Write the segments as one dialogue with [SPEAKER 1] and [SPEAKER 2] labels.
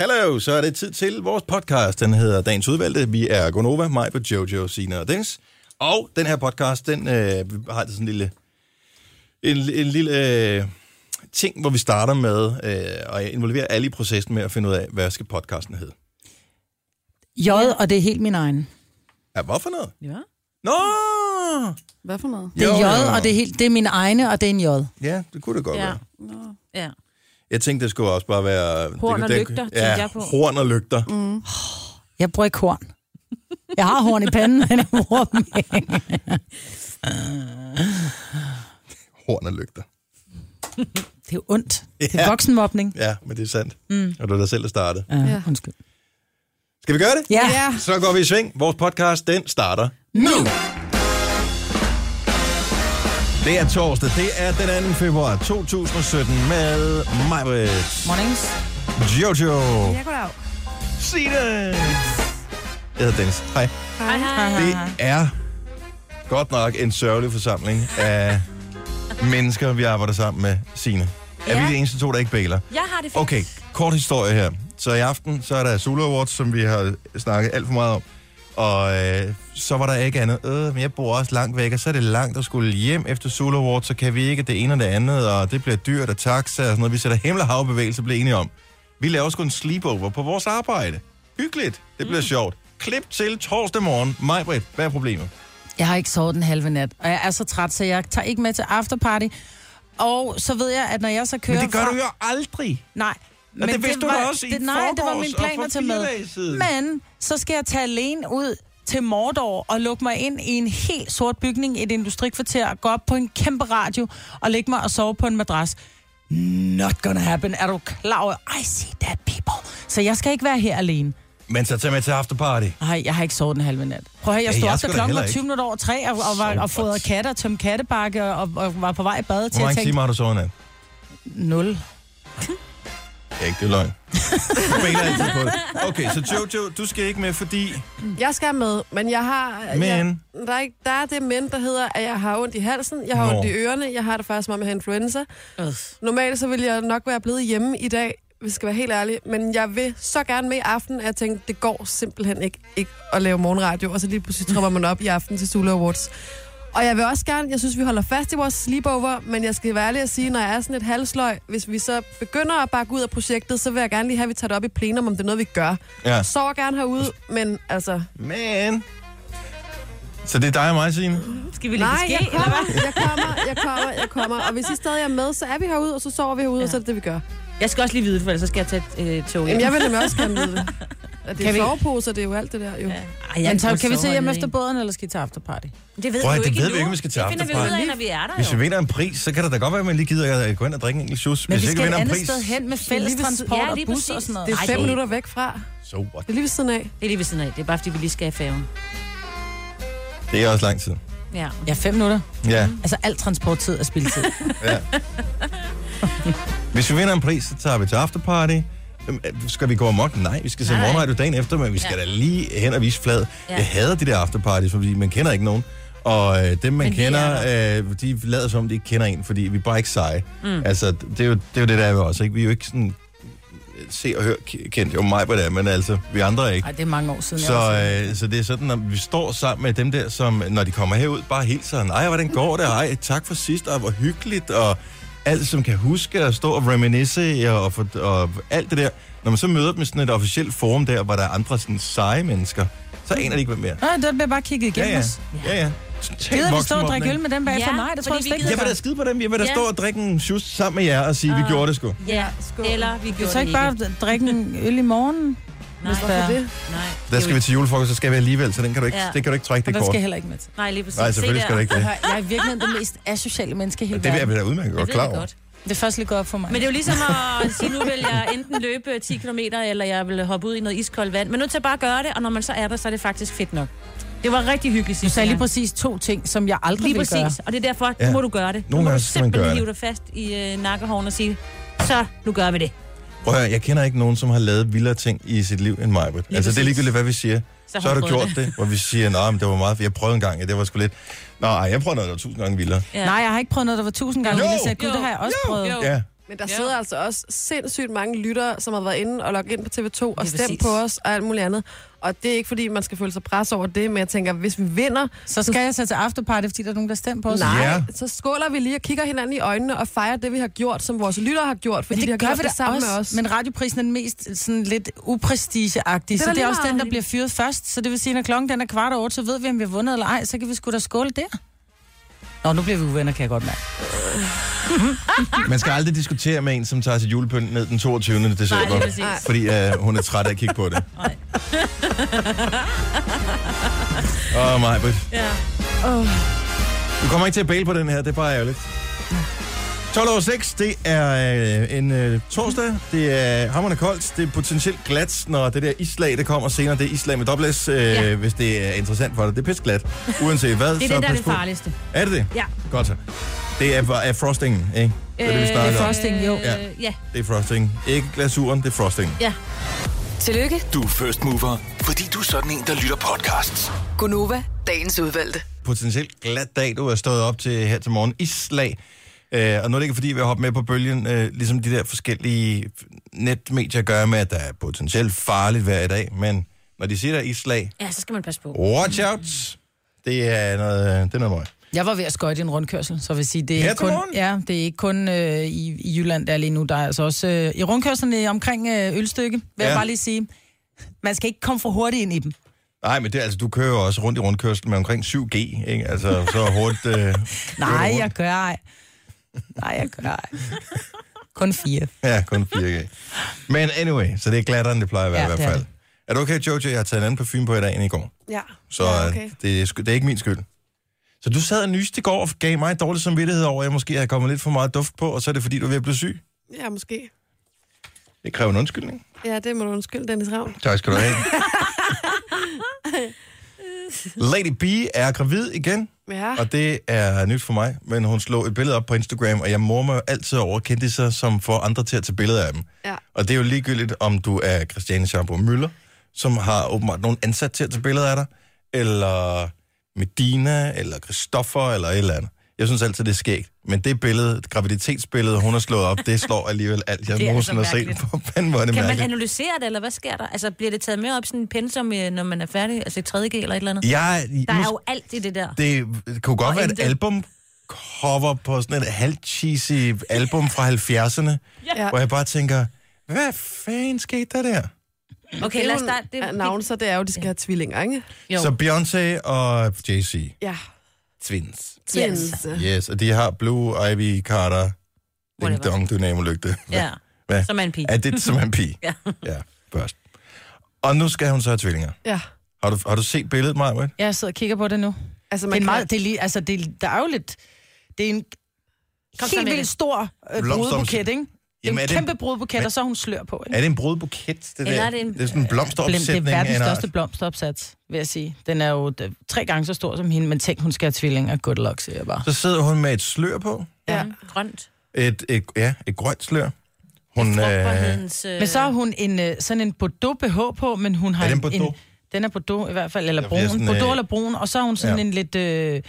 [SPEAKER 1] Hallo, så er det tid til vores podcast. Den hedder Dagens Udvalgte. Vi er Gonova, mig på Jojo, Sina og Dennis. Og den her podcast, den øh, har sådan en lille, en, en lille øh, ting, hvor vi starter med øh, at involvere alle i processen med at finde ud af, hvad skal podcasten hedde.
[SPEAKER 2] J, og det er helt min egen.
[SPEAKER 1] Ja, hvorfor noget?
[SPEAKER 3] Ja.
[SPEAKER 1] Nå!
[SPEAKER 3] Hvad for noget?
[SPEAKER 2] Det er
[SPEAKER 1] Jo,
[SPEAKER 2] J,
[SPEAKER 1] jo.
[SPEAKER 2] og det er, helt, det er min egne, og det er en J.
[SPEAKER 1] Ja, det kunne det godt ja. være.
[SPEAKER 3] Nå. Ja.
[SPEAKER 1] Jeg tænkte, det skulle også bare være...
[SPEAKER 3] Horn
[SPEAKER 1] det,
[SPEAKER 3] og
[SPEAKER 1] det,
[SPEAKER 3] lygter, tænkte
[SPEAKER 1] ja,
[SPEAKER 3] jeg på.
[SPEAKER 1] horn og lygter. Mm.
[SPEAKER 2] Jeg bruger ikke horn. Jeg har horn i panden, men jeg bruger dem ikke.
[SPEAKER 1] Horn og lygter.
[SPEAKER 2] Det er jo ondt. Det er voksenmobning.
[SPEAKER 1] Ja, men det er sandt. Mm. Og det var dig selv, der startede.
[SPEAKER 2] Ja,
[SPEAKER 3] Ja.
[SPEAKER 2] undskyld.
[SPEAKER 1] Skal vi gøre det?
[SPEAKER 2] Ja.
[SPEAKER 3] ja.
[SPEAKER 1] Så går vi i sving. Vores podcast, den starter nu. Det er torsdag. Det er den 2. februar 2017 med mig,
[SPEAKER 2] Mornings.
[SPEAKER 1] Jojo,
[SPEAKER 3] Jeg går af.
[SPEAKER 1] Signe. Jeg hedder Dennis. Hej.
[SPEAKER 3] Hej, hej.
[SPEAKER 1] Det er godt nok en sørgelig forsamling af mennesker, vi arbejder sammen med, Signe. Er
[SPEAKER 4] Ja.
[SPEAKER 1] vi de eneste to, der ikke bailer?
[SPEAKER 4] Jeg har det fint.
[SPEAKER 1] Okay, kort historie her. Så i aften, så er der Zulu Awards, som vi har snakket alt for meget om. Og øh, så var der ikke andet. Øh, men jeg bor også langt væk, og så er det langt at skulle hjem efter Zulu Awards, så kan vi ikke det ene og det andet, og det bliver dyrt og taxa og sådan noget. Vi sætter himmel og havbevægelse, bliver enige om. Vi laver sgu en sleepover på vores arbejde. Hyggeligt. Det bliver mm. sjovt. Klip til torsdag morgen. Majbrit, hvad er problemet?
[SPEAKER 2] Jeg har ikke sovet den halve nat, og jeg er så træt, så jeg tager ikke med til afterparty. Og så ved jeg, at når jeg så kører...
[SPEAKER 1] Men det gør
[SPEAKER 2] fra-
[SPEAKER 1] du jo aldrig.
[SPEAKER 2] Nej.
[SPEAKER 1] Men det vidste du da også i
[SPEAKER 2] det, Nej, det var
[SPEAKER 1] forgårs
[SPEAKER 2] min
[SPEAKER 1] og
[SPEAKER 2] plan
[SPEAKER 1] for
[SPEAKER 2] at tage
[SPEAKER 1] fire
[SPEAKER 2] med.
[SPEAKER 1] dage siden.
[SPEAKER 2] Men så skal jeg tage alene ud til Mordor og lukke mig ind i en helt sort bygning, et industrikvarter, og gå op på en kæmpe radio og lægge mig og sove på en madras. Not gonna happen. Er du klar over? I see that people. Så jeg skal ikke være her alene.
[SPEAKER 1] Men så tag med til afterparty.
[SPEAKER 2] Nej, jeg har ikke sovet den halve nat. Prøv at høre, jeg
[SPEAKER 1] Ja,
[SPEAKER 2] stod
[SPEAKER 1] jeg
[SPEAKER 2] op,
[SPEAKER 1] skal
[SPEAKER 2] da
[SPEAKER 1] da
[SPEAKER 2] klokken
[SPEAKER 1] heller
[SPEAKER 2] var
[SPEAKER 1] ikke.
[SPEAKER 2] 20 minutter over tre, og, og, var,
[SPEAKER 1] Så
[SPEAKER 2] og fodrede
[SPEAKER 1] godt.
[SPEAKER 2] katter, tømte kattebakke, og, og, var på vej i bad til
[SPEAKER 1] Hvor
[SPEAKER 2] at
[SPEAKER 1] mange timer
[SPEAKER 2] tænke,
[SPEAKER 1] har du sovet i nat?
[SPEAKER 2] nul.
[SPEAKER 1] Ja, ikke det er løgn. Du mener altid på det. Okay, så Jojo, du skal ikke med, fordi...
[SPEAKER 3] Jeg skal med, men jeg har... Jeg,
[SPEAKER 1] Men-
[SPEAKER 3] der, er ikke, der er det men, der hedder, at jeg har ondt i halsen, jeg har
[SPEAKER 1] Nå.
[SPEAKER 3] ondt i ørerne, jeg har det faktisk som om, jeg har influenza. Normalt så ville jeg nok være blevet hjemme i dag, hvis jeg skal være helt ærlig, men jeg vil så gerne med i aften, at jeg tænkte, det går simpelthen ikke, ikke at lave morgenradio, og så lige pludselig tropper man op i aften til Sula Awards. Og jeg vil også gerne, jeg synes, vi holder fast i vores sleepover, men jeg skal være ærlig at sige, når jeg er sådan et halsløg, hvis vi så begynder at bakke ud af projektet, så vil jeg gerne lige have, at vi tager det op i plenum, om det er noget, vi gør.
[SPEAKER 1] Ja.
[SPEAKER 3] Sover gerne herude, men altså...
[SPEAKER 1] Men... Så det er dig og mig, Signe?
[SPEAKER 4] Skal vi lade
[SPEAKER 3] Nej,
[SPEAKER 4] det ske,
[SPEAKER 3] jeg
[SPEAKER 4] eller
[SPEAKER 3] kommer,
[SPEAKER 4] hvad?
[SPEAKER 3] jeg kommer, jeg kommer, jeg kommer. Og hvis I stadig er med, så er vi herude, og så sover vi herude, ja. og så er det det, vi gør.
[SPEAKER 4] Jeg skal også lige vide det, for ellers så skal jeg tage et øh, tog.
[SPEAKER 3] Jamen, jeg vil nemlig også gerne vide det. At det
[SPEAKER 2] Kan
[SPEAKER 3] er
[SPEAKER 2] vi-
[SPEAKER 3] soveposer, det er jo alt det der, jo. Ja.
[SPEAKER 4] Ej, jeg
[SPEAKER 2] Men
[SPEAKER 4] er
[SPEAKER 2] så, kan vi se
[SPEAKER 4] sover
[SPEAKER 2] hjem
[SPEAKER 4] ned,
[SPEAKER 2] efter
[SPEAKER 4] ikke?
[SPEAKER 2] båden, eller skal I til afterparty?
[SPEAKER 4] Det ved
[SPEAKER 1] Prøj,
[SPEAKER 4] vi jo
[SPEAKER 1] det
[SPEAKER 4] ikke
[SPEAKER 1] ved vi
[SPEAKER 4] endnu.
[SPEAKER 1] ikke, om vi skal til
[SPEAKER 4] Det finder vi ud
[SPEAKER 1] afterparty.
[SPEAKER 4] af, når vi er der
[SPEAKER 1] Hvis vi
[SPEAKER 4] jo.
[SPEAKER 1] vinder en pris, så kan det da godt være, at man lige gider at gå ind og drikke en enkelt shoes.
[SPEAKER 2] Men
[SPEAKER 1] Hvis
[SPEAKER 2] vi
[SPEAKER 1] ikke
[SPEAKER 2] skal
[SPEAKER 1] vinder
[SPEAKER 2] et
[SPEAKER 1] en
[SPEAKER 2] andet
[SPEAKER 1] pris,
[SPEAKER 2] sted hen med
[SPEAKER 3] lige
[SPEAKER 2] fælles
[SPEAKER 3] ved siden-
[SPEAKER 2] transport
[SPEAKER 4] Ja,
[SPEAKER 2] og
[SPEAKER 4] lige
[SPEAKER 2] bus
[SPEAKER 4] præcis.
[SPEAKER 2] og sådan noget.
[SPEAKER 3] Det er
[SPEAKER 4] Ej,
[SPEAKER 3] fem
[SPEAKER 4] det-
[SPEAKER 3] minutter væk fra.
[SPEAKER 1] so what?
[SPEAKER 3] Det er lige ved siden af.
[SPEAKER 4] Det er lige ved siden af. Det er bare, fordi vi lige skal have færgen.
[SPEAKER 1] Det er også lang tid.
[SPEAKER 4] Ja.
[SPEAKER 2] Ja, fem minutter.
[SPEAKER 1] Ja,
[SPEAKER 2] Altså, alt transporttid er spildtid.
[SPEAKER 1] ja. Hvis vi vinder en pris, så tager vi til afterparty. Øhm, øh, Skal vi gå amok? Nej, vi skal se
[SPEAKER 4] Nej, nej.
[SPEAKER 1] morgenradio dagen efter, men vi skal da lige hen og vise flad.
[SPEAKER 4] Ja.
[SPEAKER 1] Jeg hader de der afterparties, fordi man kender ikke nogen. Og øh, dem, man
[SPEAKER 4] Men de
[SPEAKER 1] kender,
[SPEAKER 4] er
[SPEAKER 1] øh, de lader som, om, de ikke kender en, fordi vi er bare ikke seje. Mm. Altså, det er, jo, det er jo det, der er ved os, ikke? Vi er jo ikke sådan øh, se og hør ke- kendt. Jo, mig på det, er, men altså, vi andre er ikke.
[SPEAKER 2] Nej, det er mange år siden. jeg har
[SPEAKER 1] Så, øh, så det er sådan, at vi står sammen med dem der, som når de kommer herud, bare hilser. Nej, hvordan går det? Ej, tak for sidst, og hvor hyggeligt, og alt som kan huske at stå og reminisce og, og, og alt det der. Når man så møder dem i sådan et officielt forum der, hvor der er andre sådan seje mennesker, så aner de ikke, hvem vi er.
[SPEAKER 2] Nej, det bliver bare kigget igennem
[SPEAKER 1] øh, Ja, ja.
[SPEAKER 2] os.
[SPEAKER 1] ja, ja.
[SPEAKER 2] Gider vi stå og drikke øl med dem bagefter?
[SPEAKER 4] Ja,
[SPEAKER 2] Nej, det tror jeg
[SPEAKER 4] fordi
[SPEAKER 2] slet
[SPEAKER 4] vi
[SPEAKER 2] ikke.
[SPEAKER 4] gider
[SPEAKER 1] Jeg vil da
[SPEAKER 2] det
[SPEAKER 1] skide på dem. Jeg vil da
[SPEAKER 4] Ja.
[SPEAKER 1] stå og drikke en shoes sammen med jer og sige, vi
[SPEAKER 2] Ah.
[SPEAKER 1] gjorde det sgu.
[SPEAKER 4] Ja,
[SPEAKER 3] skål.
[SPEAKER 4] eller vi gjorde
[SPEAKER 2] gør. Så ikke
[SPEAKER 4] det
[SPEAKER 2] bare drikke en øl i morgen?
[SPEAKER 4] Nej,
[SPEAKER 2] hvis der
[SPEAKER 3] Det
[SPEAKER 2] er-
[SPEAKER 3] er det.
[SPEAKER 4] Nej,
[SPEAKER 1] Der skal vi til julefrokost, så skal vi alligevel, så den kan du ikke,
[SPEAKER 4] Ja.
[SPEAKER 1] det kan du ikke trække
[SPEAKER 2] Og
[SPEAKER 1] det
[SPEAKER 2] der skal
[SPEAKER 1] kort.
[SPEAKER 2] jeg heller ikke med til.
[SPEAKER 4] Nej, lige præcis.
[SPEAKER 1] Nej,
[SPEAKER 4] Se
[SPEAKER 1] selvfølgelig
[SPEAKER 4] der.
[SPEAKER 1] skal du ikke det.
[SPEAKER 2] Hør, Jeg er virkelig den mest asociale menneske i hele
[SPEAKER 1] Det er
[SPEAKER 2] verden.
[SPEAKER 1] vi da udmærket
[SPEAKER 4] Jeg
[SPEAKER 1] godt
[SPEAKER 4] ved
[SPEAKER 1] klar
[SPEAKER 4] det
[SPEAKER 1] over.
[SPEAKER 4] godt.
[SPEAKER 2] Det er først lige gået op for mig.
[SPEAKER 4] Men det er jo ligesom at sige, nu vil jeg enten løbe 10 km, eller jeg vil hoppe ud i noget iskoldt vand. Men nu til bare at gøre det, og når man så er der, så er det faktisk fedt nok. Det var rigtig hyggeligt
[SPEAKER 2] du
[SPEAKER 4] sidste
[SPEAKER 2] sagde lige
[SPEAKER 4] gang.
[SPEAKER 2] præcis to ting, som jeg aldrig
[SPEAKER 4] Lige
[SPEAKER 2] vil gøre.
[SPEAKER 4] præcis, og det er derfor, nu
[SPEAKER 1] Ja.
[SPEAKER 4] ja. må du gøre det.
[SPEAKER 1] Nogle
[SPEAKER 4] nu må
[SPEAKER 1] gange
[SPEAKER 4] du
[SPEAKER 1] skal man gøre
[SPEAKER 4] simpelthen
[SPEAKER 1] det.
[SPEAKER 4] hive dig fast i øh, nakkehåren og sige, så nu gør vi det.
[SPEAKER 1] Prøv at høre, jeg kender ikke nogen, som har lavet vildere ting i sit liv end mig. Britt. Altså, det er
[SPEAKER 4] præcis.
[SPEAKER 1] ligegyldigt, hvad vi siger.
[SPEAKER 4] Så
[SPEAKER 1] Så har
[SPEAKER 4] hun
[SPEAKER 1] du
[SPEAKER 4] prøvet
[SPEAKER 1] gjort det, hvor vi siger, nej, men det var meget, jeg prøvede en gang, ja, det var sgu lidt. Nej, jeg prøvede noget, der var tusind gange vildere.
[SPEAKER 4] Ja.
[SPEAKER 2] Nej, jeg har ikke prøvet noget, der var tusind gange.
[SPEAKER 1] Jo!
[SPEAKER 2] Jo, jo, det har jeg også
[SPEAKER 1] Jo!
[SPEAKER 2] prøvet.
[SPEAKER 4] Jo.
[SPEAKER 1] Ja,
[SPEAKER 3] Men der
[SPEAKER 4] Ja.
[SPEAKER 3] ja. sidder altså også sindssygt mange lyttere, som har været inde og logget ind på TV2 og
[SPEAKER 4] Lige
[SPEAKER 3] stemt
[SPEAKER 4] præcis.
[SPEAKER 3] på os og alt muligt andet. Og det er ikke, fordi man skal føle sig pres over det, men jeg tænker, hvis vi vinder,
[SPEAKER 2] Så skal jeg så til afterparty, fordi der er nogen, der stemmer på os.
[SPEAKER 3] nej,
[SPEAKER 1] Ja.
[SPEAKER 3] så skåler vi lige og kigger hinanden i øjnene og fejrer det, vi har gjort, som vores lyttere har gjort, fordi
[SPEAKER 2] Men
[SPEAKER 3] de har
[SPEAKER 2] det gør
[SPEAKER 3] gjort
[SPEAKER 2] vi
[SPEAKER 3] det,
[SPEAKER 2] da
[SPEAKER 3] sammen
[SPEAKER 2] også,
[SPEAKER 3] med os.
[SPEAKER 2] men radioprisen er den mest sådan lidt uprestigeagtig,
[SPEAKER 3] Det er
[SPEAKER 2] så
[SPEAKER 3] da
[SPEAKER 2] det er
[SPEAKER 3] lige
[SPEAKER 2] også den,
[SPEAKER 3] meget.
[SPEAKER 2] der bliver fyret først. Så det vil sige, når klokken den er kvart over otte, så ved vi, om vi har vundet eller ej, så kan vi sgu da skåle der. Nå, nu bliver vi uvenner, kan jeg godt mærke.
[SPEAKER 1] Man skal aldrig diskutere med en, som tager sit julepynt ned den 22. december.
[SPEAKER 4] Nej, lige præcis.
[SPEAKER 1] Nej, fordi øh, hun er træt af at kigge på det.
[SPEAKER 4] Nej.
[SPEAKER 1] Åh, oh, mig.
[SPEAKER 4] Ja.
[SPEAKER 1] Du kommer ikke til at bale på den her, det er bare ærgerligt. 12 over 6, det er øh, en øh, torsdag, det er hammerne koldt, det er potentielt glat, når det der islag, det kommer senere, det er islag med dobbelt øh, ja.
[SPEAKER 4] Ja.
[SPEAKER 1] hvis det er interessant for dig. Det er pisglat, uanset hvad.
[SPEAKER 4] Det er
[SPEAKER 1] så
[SPEAKER 4] det, der er
[SPEAKER 1] pas
[SPEAKER 4] det
[SPEAKER 1] på.
[SPEAKER 4] farligste.
[SPEAKER 1] Er det det?
[SPEAKER 4] Ja.
[SPEAKER 1] Godt så. Det er, er frostingen, ikke? Det er det, vi
[SPEAKER 4] Øh,
[SPEAKER 1] snakker om.
[SPEAKER 2] frosting, jo.
[SPEAKER 1] Ja.
[SPEAKER 4] Ja.
[SPEAKER 1] Det er frosting. Ikke glasuren, det er frosting.
[SPEAKER 5] Tillykke,
[SPEAKER 6] Du er first mover, fordi du er sådan en, der lytter podcasts.
[SPEAKER 5] Gunova, dagens udvalgte.
[SPEAKER 1] potentielt glat dag, du er stået op til her til morgen. Islag. Øh, og nu er det ikke, fordi vi har hoppet med på bølgen, øh, ligesom de der forskellige netmedier gør med, at der er potentielt farligt vejr i dag. Men når de siger, der er islag,
[SPEAKER 4] ja, så skal man passe på.
[SPEAKER 1] watch out! Det er noget, øh, det er noget møg.
[SPEAKER 2] Jeg var ved at skøjte en rundkørsel, så jeg vil sige, det er,
[SPEAKER 1] Her
[SPEAKER 2] ikke
[SPEAKER 1] til
[SPEAKER 2] kun,
[SPEAKER 1] morgen?
[SPEAKER 2] ja, det er ikke kun øh, i, i Jylland, der er lige nu. Der er altså også øh, i rundkørslerne omkring øh, Ølstykke, vil ja.
[SPEAKER 1] Ja.
[SPEAKER 2] jeg bare lige sige. Man skal ikke komme for hurtigt ind i dem.
[SPEAKER 1] Nej, men det, er altså, du kører jo også rundt i rundkørslen med omkring 7G, ikke? Altså, så hurtigt... Øh, kører du
[SPEAKER 2] Nej,
[SPEAKER 1] rundt.
[SPEAKER 2] jeg gør ej. Nej, jeg gør ej. Kun fire.
[SPEAKER 1] Ja, kun 4G. Men anyway, så det er glattere, end det plejer at være
[SPEAKER 2] Ja,
[SPEAKER 1] ja, i
[SPEAKER 2] det
[SPEAKER 1] hvert
[SPEAKER 2] er
[SPEAKER 1] fald. Er du okay, Jojo? Jeg har taget en anden parfume på i dag end i går.
[SPEAKER 3] Ja.
[SPEAKER 1] Så øh,
[SPEAKER 3] ja,
[SPEAKER 1] ja,
[SPEAKER 3] okay.
[SPEAKER 1] okay. det, er sku- det er ikke min skyld. Så du sad og nyste i går og gav mig dårlig samvittighed over, at jeg måske havde kommet lidt for meget duft på, og så er det fordi, du er ved at blive syg.
[SPEAKER 3] Ja, måske.
[SPEAKER 1] Det kræver en undskyldning.
[SPEAKER 3] Ja, det må du undskylde, Dennis Ravn.
[SPEAKER 1] Tak skal du have. Lady B er gravid igen,
[SPEAKER 3] Ja.
[SPEAKER 1] og det er nyt for mig, men hun slog et billede op på Instagram, og jeg mormer jo altid over kendte som får andre til at tage billeder af dem.
[SPEAKER 3] ja.
[SPEAKER 1] Og det er jo ligegyldigt, om du er Christiane Schaumburg Møller, som har åbenbart nogen ansat til at tage billeder af dig, eller Medina, eller Christoffer, eller et eller andet. Jeg synes altid, det er skægt. Men det billede, graviditetsbillede, hun har slået op, det slår alligevel alt, jeg
[SPEAKER 4] Det er
[SPEAKER 1] nogensinde har
[SPEAKER 4] altså
[SPEAKER 1] set på fanden, hvor er det
[SPEAKER 4] Kan man
[SPEAKER 1] mærkeligt.
[SPEAKER 4] analysere det, eller hvad sker der? Altså, bliver det taget med op i sådan en pensum, øh, når man er færdig, altså i 3.G eller et eller andet?
[SPEAKER 1] Jeg,
[SPEAKER 4] Der er
[SPEAKER 1] nu,
[SPEAKER 4] jo alt i det der.
[SPEAKER 1] det kunne godt
[SPEAKER 4] Og
[SPEAKER 1] være et
[SPEAKER 4] intet.
[SPEAKER 1] album cover på sådan et halvt cheesy album fra 70'erne,
[SPEAKER 3] Ja.
[SPEAKER 1] hvor jeg bare tænker, hvad fanden skete der der?
[SPEAKER 4] Okay, lad os starte. Det, det,
[SPEAKER 3] navn, så det er jo, de skal have tvillinger, ikke?
[SPEAKER 4] Jo.
[SPEAKER 1] Så Beyoncé og Jay-Z,
[SPEAKER 3] Ja.
[SPEAKER 1] twins.
[SPEAKER 3] Yes.
[SPEAKER 1] Yes, og de har Blue Ivy Carter Ding
[SPEAKER 4] Whatever.
[SPEAKER 1] Dong Dynamolygte.
[SPEAKER 4] ja,
[SPEAKER 1] Hvad?
[SPEAKER 4] som er en pige.
[SPEAKER 1] Er det som en pige?
[SPEAKER 4] Ja.
[SPEAKER 1] ja, først. Og nu skal hun så have tvillinger.
[SPEAKER 3] Ja.
[SPEAKER 1] Har du, har du set billedet, Maja?
[SPEAKER 2] Jeg sidder og kigger på det nu.
[SPEAKER 3] Altså,
[SPEAKER 2] Det er
[SPEAKER 3] man
[SPEAKER 2] en
[SPEAKER 3] kan,
[SPEAKER 2] meget, det er lige, altså, det er, der er jo lidt, det er en
[SPEAKER 4] Kom så
[SPEAKER 2] helt
[SPEAKER 4] med
[SPEAKER 2] vildt
[SPEAKER 4] det.
[SPEAKER 2] stor øh,
[SPEAKER 1] Blomstromse-
[SPEAKER 2] brudebuket, ikke?
[SPEAKER 1] Jamen,
[SPEAKER 2] Jamen,
[SPEAKER 1] er
[SPEAKER 2] en
[SPEAKER 1] det-
[SPEAKER 2] kæmpe brudebuket,
[SPEAKER 1] Men-
[SPEAKER 2] og så har hun slør på, ikke?
[SPEAKER 1] Er det en brudbuket, det
[SPEAKER 4] Eller
[SPEAKER 1] der?
[SPEAKER 4] er det en- Øh,
[SPEAKER 1] det er sådan en
[SPEAKER 2] Blem-
[SPEAKER 1] blomsteropsætning.
[SPEAKER 2] det er
[SPEAKER 1] af
[SPEAKER 2] verdens
[SPEAKER 1] en art.
[SPEAKER 2] største blomsteropsats, vil jeg sige. Den er jo øh, tre gange så stor som hende, men tænk, hun skal have tvillinger. Good luck, siger jeg bare.
[SPEAKER 1] Så sidder hun med et slør på.
[SPEAKER 3] Ja.
[SPEAKER 4] Mm, Grønt.
[SPEAKER 1] Et, et, ja, et grønt slør. Hun, øh, er
[SPEAKER 4] Frugtbarhedens, øh,
[SPEAKER 2] Men så har hun en, øh, sådan en Bordeaux-BH på, men hun har
[SPEAKER 1] Er den
[SPEAKER 2] en-
[SPEAKER 1] Bordeaux?
[SPEAKER 2] en... Den er Bordeaux i hvert fald, eller
[SPEAKER 1] Jeg bliver
[SPEAKER 2] brun.
[SPEAKER 1] sådan, øh,
[SPEAKER 2] Bordeaux eller brun, og så har hun sådan
[SPEAKER 1] ja.
[SPEAKER 2] ja. en lidt øh,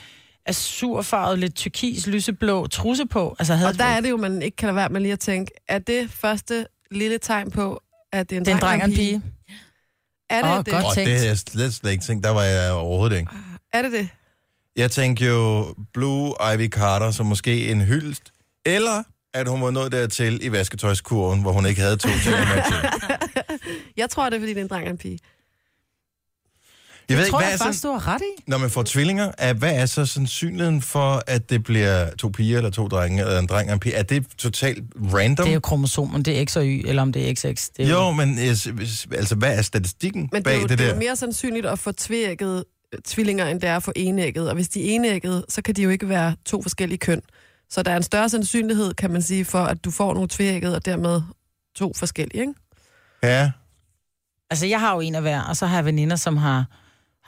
[SPEAKER 2] azurfarvet, lidt tyrkis, lyseblå trusse på. Altså, havde
[SPEAKER 3] og der er det jo, man ikke kan lade være med lige at tænke, er det første lille tegn på, at det er en,
[SPEAKER 2] den dreng,
[SPEAKER 3] dreng
[SPEAKER 2] og en pige.
[SPEAKER 3] Er det
[SPEAKER 2] Åh,
[SPEAKER 3] det?
[SPEAKER 2] godt.
[SPEAKER 1] og det
[SPEAKER 2] tænkt.
[SPEAKER 1] havde jeg slet, slet ikke tænkt. Der var jeg overhovedet ikke.
[SPEAKER 3] Er det det?
[SPEAKER 1] Jeg tænkte jo Blue Ivy Carter som måske en hyldest, eller at hun var nået dertil i vasketøjskurven, hvor hun ikke havde to ting at matche.
[SPEAKER 3] Jeg tror, det er, fordi det er en dreng og en pige.
[SPEAKER 1] Jeg ved
[SPEAKER 2] Jeg
[SPEAKER 1] ikke,
[SPEAKER 2] tror
[SPEAKER 1] hvad
[SPEAKER 2] jeg
[SPEAKER 1] er
[SPEAKER 2] faktisk,
[SPEAKER 1] sådan,
[SPEAKER 2] du har ret i.
[SPEAKER 1] når man får tvillinger, er, hvad er så sandsynligheden for, at det bliver to piger eller to drenge, eller en dreng og en pige? Er det totalt random?
[SPEAKER 2] Det er jo kromosomen, det er X og Y, eller om det er XX. Det er
[SPEAKER 1] jo, men eh, s- s- altså, hvad er statistikken
[SPEAKER 3] Men det
[SPEAKER 1] bag
[SPEAKER 3] er, jo,
[SPEAKER 1] det,
[SPEAKER 3] det er
[SPEAKER 1] der?
[SPEAKER 3] jo mere sandsynligt at få tvækket tvillinger, end det er at få enægget. Og hvis de er enægget, så kan de jo ikke være to forskellige køn. Så der er en større sandsynlighed, kan man sige, for at du får nogle tvækket, og dermed to forskellige, ikke?
[SPEAKER 1] Ja,
[SPEAKER 2] Altså, jeg har jo en af hver, og så har jeg veninder, som har,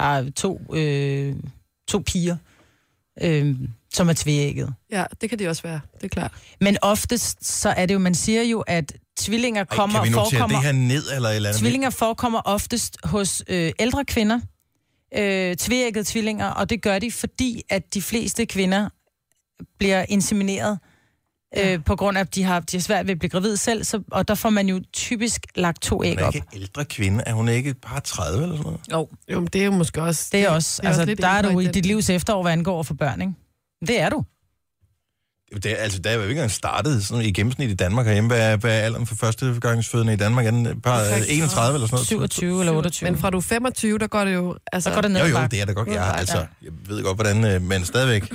[SPEAKER 2] har to, øh, to piger, øh, som er tvækket.
[SPEAKER 3] Ja, det kan de også være, det er klart.
[SPEAKER 2] Men oftest, så er det jo, man siger jo, at tvillinger
[SPEAKER 1] Ej,
[SPEAKER 2] kommer
[SPEAKER 1] kan vi
[SPEAKER 2] og
[SPEAKER 1] notere
[SPEAKER 2] forekommer
[SPEAKER 1] det her ned eller et eller andet?
[SPEAKER 2] Tvillinger forekommer oftest hos øh, ældre kvinder, øh, tvækkede tvillinger, og det gør de, fordi at de fleste kvinder bliver insemineret Ja. Øh, på grund af, at de har, de har svært ved at blive gravid selv, så, og der får man jo typisk lagt to æg
[SPEAKER 1] Hun er
[SPEAKER 2] op.
[SPEAKER 1] ikke en ældre kvinde. Er hun ikke bare 30 eller sådan noget?
[SPEAKER 2] Jo,
[SPEAKER 3] Jo, men det er jo måske også...
[SPEAKER 2] det er også.
[SPEAKER 3] det er
[SPEAKER 2] altså,
[SPEAKER 3] også lidt
[SPEAKER 2] der er du
[SPEAKER 3] indre
[SPEAKER 2] i
[SPEAKER 3] i den.
[SPEAKER 2] dit livs efterår, hvad angår for børn, ikke? Det er du.
[SPEAKER 1] Det, er- altså, der er jo ikke engang startet sådan, i gennemsnit i Danmark herhjemme. Hvad er, hvad er alderen for førstegangsfødende i Danmark? Er den par,
[SPEAKER 3] Perfekt.
[SPEAKER 1] 31 eller sådan noget?
[SPEAKER 2] 27 eller 28.
[SPEAKER 3] Men fra du er 25, der går det jo... Altså,
[SPEAKER 2] så går det ned
[SPEAKER 1] Jo,
[SPEAKER 2] ad
[SPEAKER 1] jo,
[SPEAKER 2] bakke.
[SPEAKER 1] det er da godt. Jeg, har- altså,
[SPEAKER 2] Ja.
[SPEAKER 1] jeg ved godt, hvordan, øh, men stadigvæk.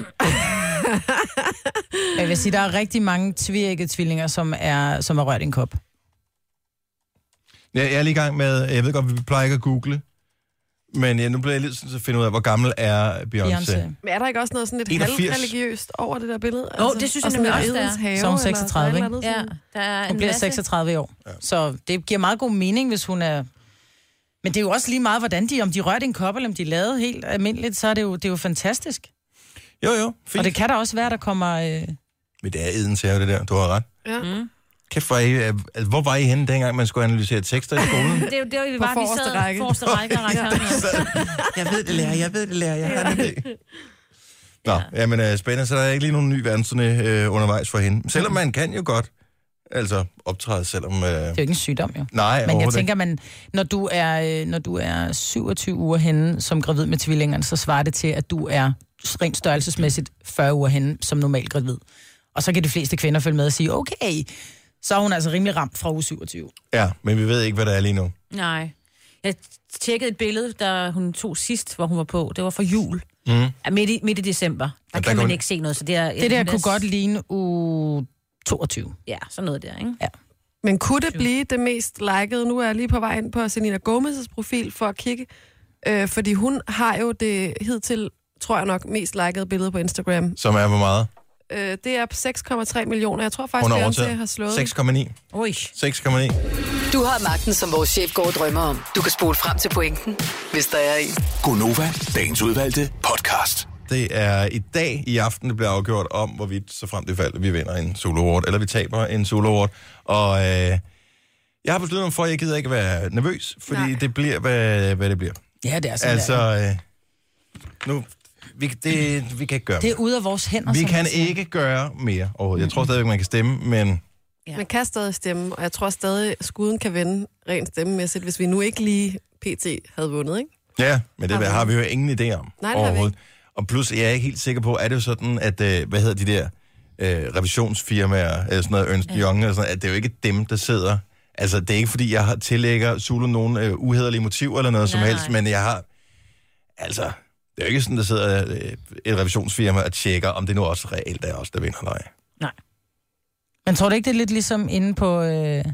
[SPEAKER 2] Jeg vil sige, der er rigtig mange tvirkede tvillinger, som er, som er rørt i en kop.
[SPEAKER 1] Jeg, jeg er lige i gang med, jeg ved godt, vi plejer ikke at google, men ja, nu bliver jeg lidt sådan, så finde ud af, hvor gammel er Beyoncé.
[SPEAKER 2] Beyoncé.
[SPEAKER 3] Men er der ikke også noget sådan lidt
[SPEAKER 1] 81?
[SPEAKER 3] halvreligiøst over det der billede? Altså, Jo,
[SPEAKER 4] det synes jeg nemlig også, der er.
[SPEAKER 2] Så er hun 36, ikke?
[SPEAKER 4] Ja, der er
[SPEAKER 2] Hun
[SPEAKER 4] en
[SPEAKER 2] bliver
[SPEAKER 4] masse-
[SPEAKER 2] 36 år. Ja. Så det giver meget god mening, hvis hun er... Men det er jo også lige meget, hvordan de, om de rørte en kop, eller om de lavede helt almindeligt, så er det jo, det er jo fantastisk.
[SPEAKER 1] Jo, jo, fint.
[SPEAKER 2] Og det kan da også være, der kommer... Øh...
[SPEAKER 1] Men det er edens herre, det der. Du har ret.
[SPEAKER 3] Ja.
[SPEAKER 1] Mm. Kæft, hvor, er I, øh, altså, hvor var I henne, dengang man skulle analysere tekster i skolen?
[SPEAKER 4] Det er jo der, vi
[SPEAKER 3] På
[SPEAKER 4] var, vi
[SPEAKER 3] forreste
[SPEAKER 4] sad
[SPEAKER 3] række.
[SPEAKER 4] række. forreste række og række hånden.
[SPEAKER 1] jeg ved det, lærer. Jeg ved det, lærer. Jeg har en idé. Nå, jamen øh, spændende, så der er ikke lige nogen ny verdensturné øh, undervejs for hende. Selvom man kan jo godt altså optræde, selvom... Øh,
[SPEAKER 2] Det er jo ikke en sygdom, jo.
[SPEAKER 1] nej,
[SPEAKER 2] Men jeg
[SPEAKER 1] overhovedet
[SPEAKER 2] tænker, man, når, du er, øh, når du er 27 uger henne som gravid med tvillingerne, så svarer det til, at du er rent størrelsesmæssigt 40 uger henne som normal gravid. Og så kan de fleste kvinder følge med og sige, okay, så er hun altså rimelig ramt fra uge 27.
[SPEAKER 1] Ja, men vi ved ikke, hvad der er lige nu.
[SPEAKER 4] Nej. Jeg tjekkede et billede, der hun tog sidst, hvor hun var på. Det var for jul. Mm. Midt, i, midt i december. Der,
[SPEAKER 1] der
[SPEAKER 4] kan
[SPEAKER 1] kan
[SPEAKER 4] man
[SPEAKER 1] hun-
[SPEAKER 4] ikke se noget, så det er...
[SPEAKER 2] Det der kunne godt ligne u 22.
[SPEAKER 4] Ja, sådan noget der, ikke?
[SPEAKER 3] Men kunne det blive det mest likede? Nu er jeg lige på vej ind på Selena Gomez' profil for at kigge. Øh, fordi hun har jo det hidtil, tror jeg nok, mest likede billede på Instagram.
[SPEAKER 1] Som er hvor meget?
[SPEAKER 3] Øh, det er på 6,3 millioner. Jeg tror
[SPEAKER 1] Hun
[SPEAKER 3] faktisk,
[SPEAKER 1] har
[SPEAKER 3] Beyoncé
[SPEAKER 1] overtaget.
[SPEAKER 3] har slået
[SPEAKER 1] 6,9.
[SPEAKER 4] Ui.
[SPEAKER 1] 6,9.
[SPEAKER 5] Du har magten, som vores chef går og drømmer om. Du kan spole frem til pointen, hvis der er en.
[SPEAKER 6] Gonova, dagens udvalgte podcast.
[SPEAKER 1] Det er i dag i aften, det bliver afgjort om, hvorvidt så frem til fald, vi vinder en solo award, eller vi taber en solo award. Og øh, jeg har besluttet mig for, at jeg gider ikke være nervøs, fordi Nej. det bliver, hvad, hvad det bliver.
[SPEAKER 2] Ja, det er sådan
[SPEAKER 1] Altså,
[SPEAKER 2] der.
[SPEAKER 1] øh, nu, vi, det, vi kan ikke gøre
[SPEAKER 2] Det
[SPEAKER 1] mere.
[SPEAKER 2] er ude af vores hænder.
[SPEAKER 1] Vi
[SPEAKER 2] som
[SPEAKER 1] kan
[SPEAKER 2] man siger.
[SPEAKER 1] ikke gøre mere overhovedet. Jeg tror stadigvæk, man kan stemme, men
[SPEAKER 3] Ja. Man kan stadig stemme, og jeg tror stadig, skuden kan vende rent stemmemæssigt, hvis vi nu ikke lige pt. havde vundet, ikke?
[SPEAKER 1] Ja, men det
[SPEAKER 3] Har vi
[SPEAKER 1] har vi jo ingen idé om
[SPEAKER 3] Nej, det har vi
[SPEAKER 1] overhovedet. Og plus, jeg er ikke helt sikker på, er det jo sådan, at, øh, hvad hedder de der øh, revisionsfirmaer, eller sådan noget, Ernst ja. Young, eller sådan, noget, at det er jo ikke dem, der sidder. Altså, det er ikke, fordi jeg har tillægger Zulu nogen øh, uhederlige motiver eller noget nej, som
[SPEAKER 4] Nej,
[SPEAKER 1] helst,
[SPEAKER 4] nej.
[SPEAKER 1] men jeg har, altså, det er jo ikke sådan, der sidder øh, et revisionsfirma og tjekker, om det nu også reelt er os, der vinder eller ej.
[SPEAKER 4] Nej.
[SPEAKER 2] Men tror du ikke, det er lidt ligesom inde på... Øh,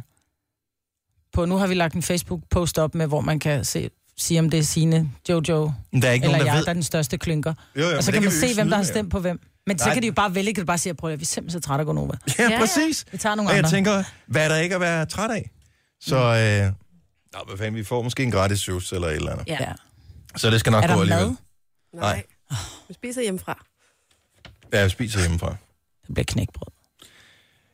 [SPEAKER 2] på nu har vi lagt en Facebook-post op med, hvor man kan se, sige, om det er sine Jojo
[SPEAKER 1] Men Der er ikke
[SPEAKER 2] eller
[SPEAKER 1] nogen, der
[SPEAKER 2] jeg,
[SPEAKER 1] ved.
[SPEAKER 2] der er den største klynker.
[SPEAKER 1] Jo, jo, Øh, men
[SPEAKER 2] og så
[SPEAKER 1] det
[SPEAKER 2] kan man
[SPEAKER 1] vi jo
[SPEAKER 2] se,
[SPEAKER 1] ikke
[SPEAKER 2] hvem der har
[SPEAKER 1] snyde
[SPEAKER 2] stemt på hvem. Men så
[SPEAKER 1] Nej.
[SPEAKER 2] kan de jo bare vælge, kan du bare sige, prøv at høre, vi er simpelthen så trætte af Gonova.
[SPEAKER 1] med. Ja,
[SPEAKER 4] ja.
[SPEAKER 1] præcis.
[SPEAKER 2] Vi tager nogle
[SPEAKER 1] Og jeg
[SPEAKER 2] andre. Mm.
[SPEAKER 1] tænker, hvad er der ikke at være træt af? Så, øh, nå, hvad fanden, vi får måske en gratis juice eller et eller andet.
[SPEAKER 4] Ja.
[SPEAKER 2] Ja.
[SPEAKER 4] ja.
[SPEAKER 1] Så det skal nok
[SPEAKER 2] Er
[SPEAKER 1] gå
[SPEAKER 2] der
[SPEAKER 1] alligevel.
[SPEAKER 2] mad?
[SPEAKER 1] Nej.
[SPEAKER 3] Vi spiser hjemmefra.
[SPEAKER 1] Ja, jeg spiser hjemmefra.
[SPEAKER 2] Det bliver knækbrød.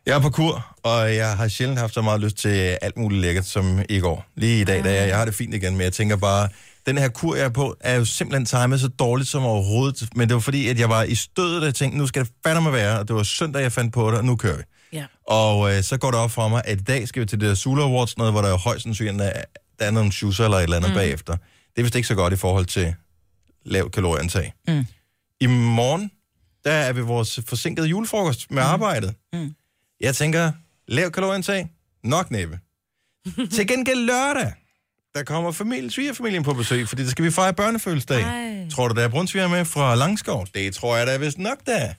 [SPEAKER 1] Jeg er på kur, og jeg har sjældent haft så meget lyst til alt muligt lækkert som i går. Lige i dag, da jeg, jeg har det fint igen, men jeg tænker bare, den her kur, jeg er på, er jo simpelthen timet så dårligt som overhovedet. Men det var fordi, at jeg var i stødet, og jeg tænkte, nu skal det fandme være, og det var søndag, jeg fandt på det, og nu kører vi.
[SPEAKER 4] ja.
[SPEAKER 1] Og øh, så går det op for mig, at i dag skal vi til det der Sula Awards, noget, hvor der jo højst sandsynligt er, der er nogle schusser eller et eller andet mm. bagefter. Det er vist ikke så godt i forhold til lav kalorieantag. Mm. I morgen, der er vi vores forsinkede julefrokost med mm. arbejdet. Mm. Jeg tænker, lav kalorieantag, nok næppe. til gengæld lørdag, der kommer familien, svigerfamilien på besøg, fordi der skal vi fejre børnefødselsdag.
[SPEAKER 4] Ej.
[SPEAKER 1] Tror du, der er brunsviger med fra Langskov? Det tror jeg da vist nok, der er.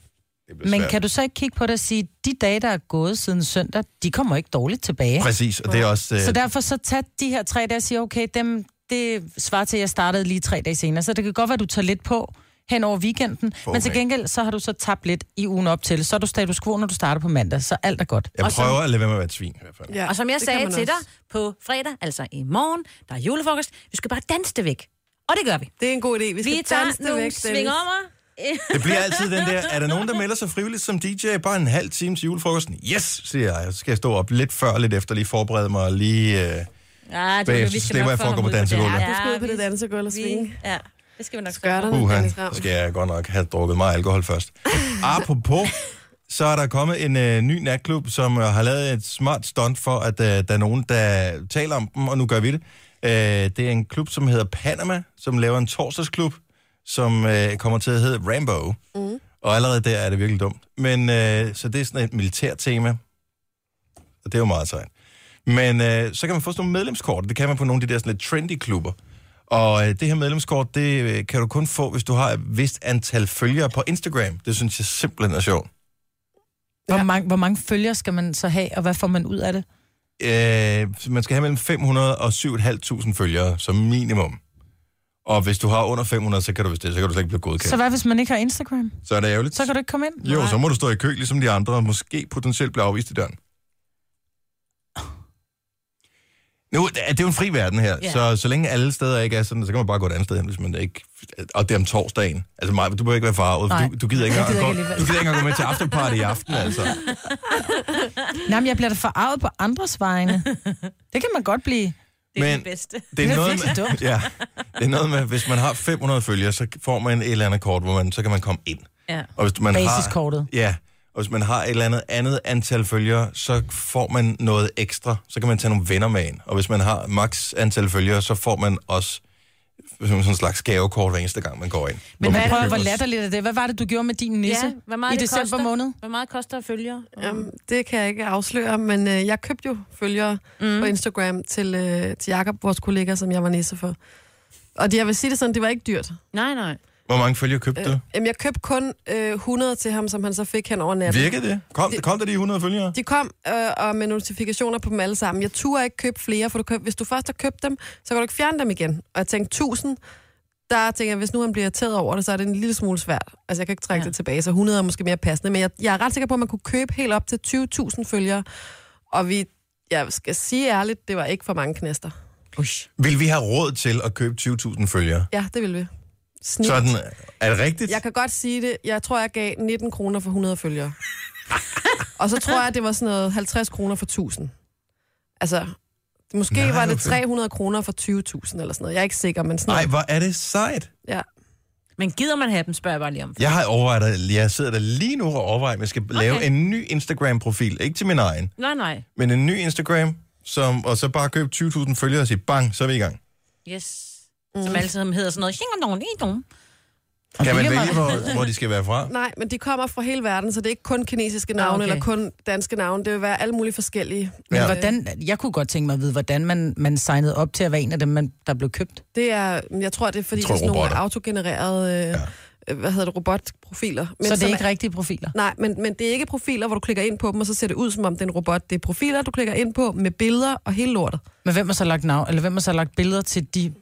[SPEAKER 1] Det bliver
[SPEAKER 2] Men
[SPEAKER 1] svært.
[SPEAKER 2] kan du så ikke kigge på det og sige, de dage, der er gået siden søndag, de kommer ikke dårligt tilbage.
[SPEAKER 1] Præcis, og det er også... Øh,
[SPEAKER 2] Så derfor så tag de her tre dage og sige, okay, dem, det svarer til, at jeg startede lige tre dage senere. Så det kan godt være, at du tager lidt på hen over weekenden. Men til
[SPEAKER 1] Forhåbentlig.
[SPEAKER 2] gengæld, så har du så tabt lidt i ugen op til. Så er du status quo, når du starter på mandag. Så alt er godt.
[SPEAKER 1] Jeg
[SPEAKER 4] Og så-
[SPEAKER 1] prøver at lade være med at være et svin, i hvert fald. Ja.
[SPEAKER 3] Ja,
[SPEAKER 4] Og som jeg
[SPEAKER 3] det
[SPEAKER 4] sagde
[SPEAKER 3] kan man
[SPEAKER 4] til
[SPEAKER 3] også.
[SPEAKER 4] dig på fredag, altså i morgen, der er julefrokost, vi skal bare danse det væk. Og det gør vi.
[SPEAKER 3] Det er en god idé. Vi skal
[SPEAKER 4] Vi
[SPEAKER 3] danse
[SPEAKER 4] tager
[SPEAKER 3] det
[SPEAKER 4] nogle
[SPEAKER 3] væk, Dennis.
[SPEAKER 4] svingommer.
[SPEAKER 1] Det bliver altid den der, er der nogen, der melder sig frivilligt som DJ bare en halv time til julefrokosten? Yes, siger jeg. Så skal jeg stå op lidt før, lidt efter, lige forberede mig og lige... Øh...
[SPEAKER 4] Ja, det
[SPEAKER 1] Bagefter
[SPEAKER 4] vi skal
[SPEAKER 1] slipper
[SPEAKER 4] nok
[SPEAKER 1] jeg for at gå
[SPEAKER 4] få
[SPEAKER 1] på
[SPEAKER 4] ham ud
[SPEAKER 1] dansegulvet.
[SPEAKER 4] det.
[SPEAKER 3] Du skal ud på det
[SPEAKER 4] vi-
[SPEAKER 3] dansegulv og svinge.
[SPEAKER 4] vi- Ja, det skal vi nok
[SPEAKER 3] Skørterne,
[SPEAKER 1] Uha,
[SPEAKER 3] Dennis
[SPEAKER 1] så
[SPEAKER 3] Ravn.
[SPEAKER 1] skal jeg godt nok have drukket meget alkohol først. Apropos så er der kommet en øh, ny natklub, som øh, har lavet et smart stunt for, at øh, der er nogen, der taler om dem, og nu gør vi det. Øh, det er en klub, som hedder Panama, som laver en torsdagsklub, som øh, kommer til at hedde Rambo. Mm. Og allerede der er det virkelig dumt. Men øh, så det er sådan et militært tema, og det er jo meget sejt. Men øh, så kan man få sådan nogle medlemskort, det kan man på nogle af de der sådan lidt trendy klubber. Og øh, det her medlemskort, det øh, kan du kun få, hvis du har et vist antal følgere på Instagram. Det synes jeg simpelthen er sjovt.
[SPEAKER 2] Hvor, mange, hvor mange følger skal man så have, og hvad får man ud af det?
[SPEAKER 1] øh, man skal have mellem 500 og 7.500 følgere som minimum. Og hvis du har under 500, så kan du, hvis det, så kan du slet ikke blive godkendt.
[SPEAKER 2] Okay. Så hvad hvis man ikke har Instagram?
[SPEAKER 1] så er det ærgerligt.
[SPEAKER 2] Så kan du ikke komme ind?
[SPEAKER 1] Jo, så må du stå i kø, ligesom de andre, og måske potentielt blive afvist i døren. Nu, det er det jo en fri verden her,
[SPEAKER 4] Ja.
[SPEAKER 1] yeah. så, så længe alle steder ikke er sådan, så kan man bare gå et andet sted hen, hvis man da ikke... Og det er om torsdagen. Altså, Maja, du behøver ikke være farvet, for
[SPEAKER 2] Nej.
[SPEAKER 1] du, du, gider ikke,
[SPEAKER 2] Jeg gider
[SPEAKER 1] at, gå,
[SPEAKER 2] ikke alligevel.
[SPEAKER 1] du gider ikke at gå med til afterparty i aften, altså.
[SPEAKER 2] Nej, men jeg bliver da forarvet på andres vegne. Det kan man godt blive.
[SPEAKER 4] Det er
[SPEAKER 1] Men-
[SPEAKER 4] det bedste.
[SPEAKER 1] Det
[SPEAKER 2] Det
[SPEAKER 1] er,
[SPEAKER 2] er
[SPEAKER 1] noget
[SPEAKER 2] virkelig
[SPEAKER 1] med,
[SPEAKER 2] dumt.
[SPEAKER 1] ja, det er noget med, hvis man har 500 følgere, så får man et eller andet kort, hvor man, så kan man komme ind.
[SPEAKER 4] Ja.
[SPEAKER 1] Og hvis man
[SPEAKER 2] Basiskortet.
[SPEAKER 1] Har, ja, og hvis man har et eller andet andet antal følgere, så får man noget ekstra. Så kan man tage nogle venner med ind. Og hvis man har max antal følgere, så får man også sådan en slags gavekort hver eneste gang, man går ind.
[SPEAKER 2] Men
[SPEAKER 1] Hvor man
[SPEAKER 2] hvad prøv,
[SPEAKER 1] køber-
[SPEAKER 2] at- hvor latterligt er det? Hvad var det, du gjorde med din nisse
[SPEAKER 4] Ja, hvor meget
[SPEAKER 2] i
[SPEAKER 4] det
[SPEAKER 2] december
[SPEAKER 4] koster.
[SPEAKER 2] måned?
[SPEAKER 4] Hvor meget koster følger?
[SPEAKER 3] Jamen, Øhm, det kan jeg ikke afsløre, men øh, jeg købte jo følgere mm. på Instagram til, øh, til Jakob, vores kollega, som jeg var nisse for. Og det, jeg vil sige det sådan, det var ikke dyrt.
[SPEAKER 4] Nej, nej.
[SPEAKER 1] Hvor mange følgere købte du?
[SPEAKER 3] Jamen, jeg købte kun øh, 100 til ham, som han så fik hen over natten.
[SPEAKER 1] Virkede det? Kom, kom der de 100 følgere?
[SPEAKER 3] De kom øh, og med notifikationer på dem alle sammen. Jeg turde ikke købe flere, for du køb, hvis du først har købt dem, så kan du ikke fjerne dem igen. Og jeg tænkte, 1000, der tænker jeg, hvis nu han bliver irriteret over det, så er det en lille smule svært. Altså, jeg kan ikke trække ja.
[SPEAKER 4] Ja.
[SPEAKER 3] det tilbage, så 100 er måske mere passende. Men jeg, jeg er ret sikker på, at man kunne købe helt op til 20.000 følgere. Og vi, jeg skal sige ærligt, det var ikke for mange knæster.
[SPEAKER 4] Ush.
[SPEAKER 1] Vil vi have råd til at købe 20.000 følgere?
[SPEAKER 3] Ja, det vil vi. Snit.
[SPEAKER 1] Sådan, er det rigtigt?
[SPEAKER 3] Jeg kan godt sige det. Jeg tror, jeg gav 19 kroner for 100 følgere. og så tror jeg, det var sådan noget 50 kroner for 1000. Altså, måske
[SPEAKER 1] Nej,
[SPEAKER 3] Nej, var
[SPEAKER 1] hvor
[SPEAKER 3] det
[SPEAKER 1] fedt.
[SPEAKER 3] 300 kroner for 20.000 eller sådan noget. Jeg er ikke sikker, men sådan
[SPEAKER 1] Nej,
[SPEAKER 3] noget.
[SPEAKER 1] hvor er det sejt.
[SPEAKER 3] Ja.
[SPEAKER 4] Men gider man have dem, spørger jeg bare lige om.
[SPEAKER 1] Jeg har overvejet, at jeg sidder der lige nu og overvejer, om jeg skal okay. lave en ny Instagram-profil. Ikke til min egen,
[SPEAKER 4] Nej, nej.
[SPEAKER 1] men en ny Instagram, som, og så bare købe 20.000 følgere og sige, bang, så er vi i gang.
[SPEAKER 4] Yes.
[SPEAKER 1] Mm.
[SPEAKER 4] Som altid hedder sådan noget. Shingadong, idong.
[SPEAKER 1] Kan man
[SPEAKER 2] det er
[SPEAKER 1] vælge, hvor, hvor de skal være fra?
[SPEAKER 3] Nej, men de kommer fra hele verden, så det er ikke kun kinesiske navne
[SPEAKER 2] Ah,
[SPEAKER 4] okay.
[SPEAKER 3] okay. eller kun danske navne. Det vil være alle mulige forskellige.
[SPEAKER 2] Men
[SPEAKER 1] Ja.
[SPEAKER 2] ja. hvordan, jeg kunne godt tænke mig at vide, hvordan man, man signede op til at være en af dem, man, der blev købt.
[SPEAKER 3] Det er, jeg tror, det er fordi,
[SPEAKER 1] Jeg
[SPEAKER 3] det
[SPEAKER 1] tror,
[SPEAKER 3] er sådan nogle
[SPEAKER 1] robotter.
[SPEAKER 3] autogenererede, øh, øh, hvad hedder det, robotprofiler. Men
[SPEAKER 2] Men så det
[SPEAKER 3] som
[SPEAKER 2] er ikke rigtige profiler.
[SPEAKER 3] Nej, men, men det er ikke profiler, hvor du klikker ind på dem, og så ser det ud, som om det er en robot. Det er profiler, du klikker ind på med billeder og hele lortet.
[SPEAKER 2] Men hvem har så lagt nav, eller hvem har så lagt billeder til de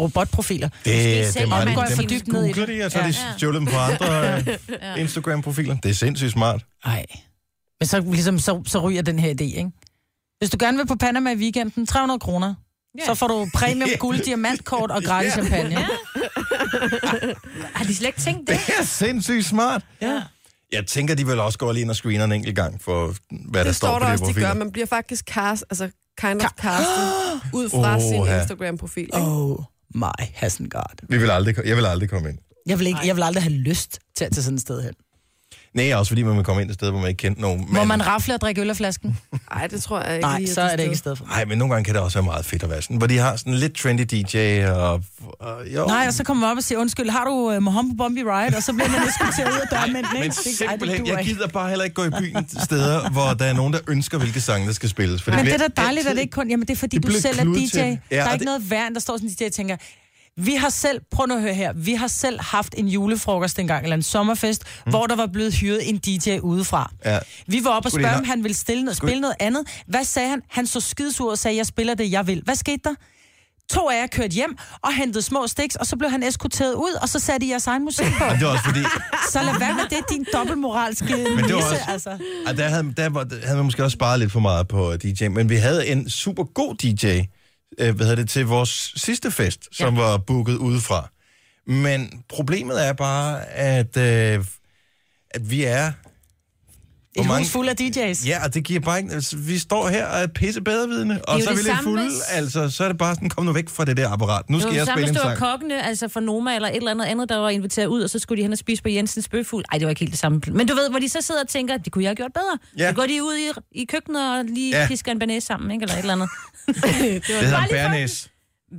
[SPEAKER 2] robotprofiler?
[SPEAKER 1] Det, det er
[SPEAKER 4] selv
[SPEAKER 1] meget
[SPEAKER 4] man går
[SPEAKER 1] nemt.
[SPEAKER 2] for dybt
[SPEAKER 1] Dem
[SPEAKER 2] ned i
[SPEAKER 1] googler
[SPEAKER 2] det.
[SPEAKER 1] de, og så har de
[SPEAKER 4] Ja.
[SPEAKER 1] stjålet dem fra andre øh, Instagram-profiler. Det er sindssygt smart.
[SPEAKER 2] Nej. Men så, ligesom, så, så ryger den her idé, ikke? Hvis du gerne vil på Panama i weekenden, 300 kroner.
[SPEAKER 4] Ja.
[SPEAKER 2] Yeah. Så får du premium guld, diamantkort og gratis
[SPEAKER 1] Ja.
[SPEAKER 2] yeah. champagne.
[SPEAKER 4] Har de slet ikke tænkt det?
[SPEAKER 1] Det er sindssygt smart.
[SPEAKER 2] Ja.
[SPEAKER 1] Jeg tænker, de vil også gå lige ind og screene en enkelt gang for, hvad der
[SPEAKER 3] det
[SPEAKER 1] står
[SPEAKER 3] står
[SPEAKER 1] på
[SPEAKER 3] der
[SPEAKER 1] de her
[SPEAKER 3] også, de
[SPEAKER 1] profiler.
[SPEAKER 3] gør. Man bliver faktisk cast, altså kind of castet ud fra
[SPEAKER 1] Oha.
[SPEAKER 3] oh, sin Instagram-profil. Oh.
[SPEAKER 2] Oh my Hassengard.
[SPEAKER 1] Vi vil aldrig, ko- jeg vil aldrig komme ind.
[SPEAKER 2] Jeg vil, ikke, jeg vil aldrig have lyst til at tage sådan et sted hen.
[SPEAKER 1] Nej, også fordi man vil komme ind et sted, hvor man ikke kendte nogen. Men,
[SPEAKER 2] Hvor man rafler og drikker øl af flasken.
[SPEAKER 3] Ej, det tror jeg ikke.
[SPEAKER 2] Nej,
[SPEAKER 3] lige, at
[SPEAKER 2] så er det ikke et
[SPEAKER 3] sted.
[SPEAKER 2] sted for mig.
[SPEAKER 1] Ej, men nogle gange kan det også være meget fedt at være sådan, hvor de har sådan lidt trendy DJ og... og jo.
[SPEAKER 2] Nej, og så kommer man op og siger, undskyld, har du uh, Mohammed Bombi Ride? Og så bliver man diskuteret ud af dørmændene.
[SPEAKER 1] Men
[SPEAKER 2] ikke? Det- ej, det
[SPEAKER 1] simpelthen,
[SPEAKER 2] duer
[SPEAKER 1] jeg
[SPEAKER 2] ikke.
[SPEAKER 1] gider bare heller ikke gå i byen steder, hvor der er nogen, der ønsker, hvilke sange, der skal spilles. For
[SPEAKER 2] Men det
[SPEAKER 1] bliver
[SPEAKER 2] er da dejligt,
[SPEAKER 1] altid-
[SPEAKER 2] at det ikke kun... Jamen, det er fordi,
[SPEAKER 1] Det
[SPEAKER 2] det du
[SPEAKER 1] bliver
[SPEAKER 2] selv er
[SPEAKER 1] kludet
[SPEAKER 2] DJ.
[SPEAKER 1] til.
[SPEAKER 2] Til.
[SPEAKER 1] Ja,
[SPEAKER 2] Ja, der
[SPEAKER 1] og
[SPEAKER 2] er ikke
[SPEAKER 1] det-
[SPEAKER 2] det... noget værd, end der står sådan en DJ og tænker, vi har selv, prøv nu at høre her, vi har selv haft en julefrokost engang, eller en sommerfest, mm. hvor der var blevet hyret en DJ udefra.
[SPEAKER 1] Ja.
[SPEAKER 2] Vi var oppe og
[SPEAKER 1] Skulle de
[SPEAKER 2] spørge,
[SPEAKER 1] have-
[SPEAKER 2] om han ville stille noget, spille noget andet. Hvad sagde han? Han så skidesur og sagde, jeg spiller det, jeg vil. Hvad skete der? To af jer kørte hjem og hentede små stiks, og så blev han eskorteret ud, og så satte I jeres egen musik på.
[SPEAKER 1] Og det var også fordi,
[SPEAKER 2] Så lad være med det, din dobbeltmoralske
[SPEAKER 1] Men det var
[SPEAKER 2] nisse,
[SPEAKER 1] også-
[SPEAKER 2] altså.
[SPEAKER 1] at der, havde, der var, havde man måske også sparet lidt for meget på DJ, men vi havde en super god DJ, øh, hvad hedder det, til vores sidste fest, som var booket udefra. Men problemet er bare, at, øh, at vi er Hvor
[SPEAKER 2] Et
[SPEAKER 1] mange-
[SPEAKER 2] mange... hus fuld af DJ's.
[SPEAKER 1] Ja, og det giver bare ikke... Altså, vi står her og er pisse bedrevidende, og
[SPEAKER 4] jo
[SPEAKER 1] så er vi
[SPEAKER 4] det
[SPEAKER 1] lidt
[SPEAKER 4] samme,
[SPEAKER 1] fulde.
[SPEAKER 4] hvis-
[SPEAKER 1] Altså, så er det bare sådan, kom nu væk fra det der apparat. Nu skal
[SPEAKER 4] Det var
[SPEAKER 1] jeg
[SPEAKER 4] det samme,
[SPEAKER 1] spille
[SPEAKER 4] hvis
[SPEAKER 1] en
[SPEAKER 4] det var
[SPEAKER 1] sang.
[SPEAKER 4] kokkene, altså fra Noma eller et eller andet andet, der var inviteret ud, og så skulle de hen og spise på Jensens bøfuld. Ej, det var ikke helt det samme. Men du ved, hvor de så sidder og tænker, det kunne jeg have gjort bedre.
[SPEAKER 1] Ja.
[SPEAKER 4] Ja. Så går de ud i, i køkkenet og lige
[SPEAKER 1] Ja.
[SPEAKER 4] ja. pisker en banæs sammen, ikke? eller et eller andet.
[SPEAKER 1] Det hedder
[SPEAKER 4] Bare
[SPEAKER 1] en
[SPEAKER 4] lige
[SPEAKER 1] bærnæs.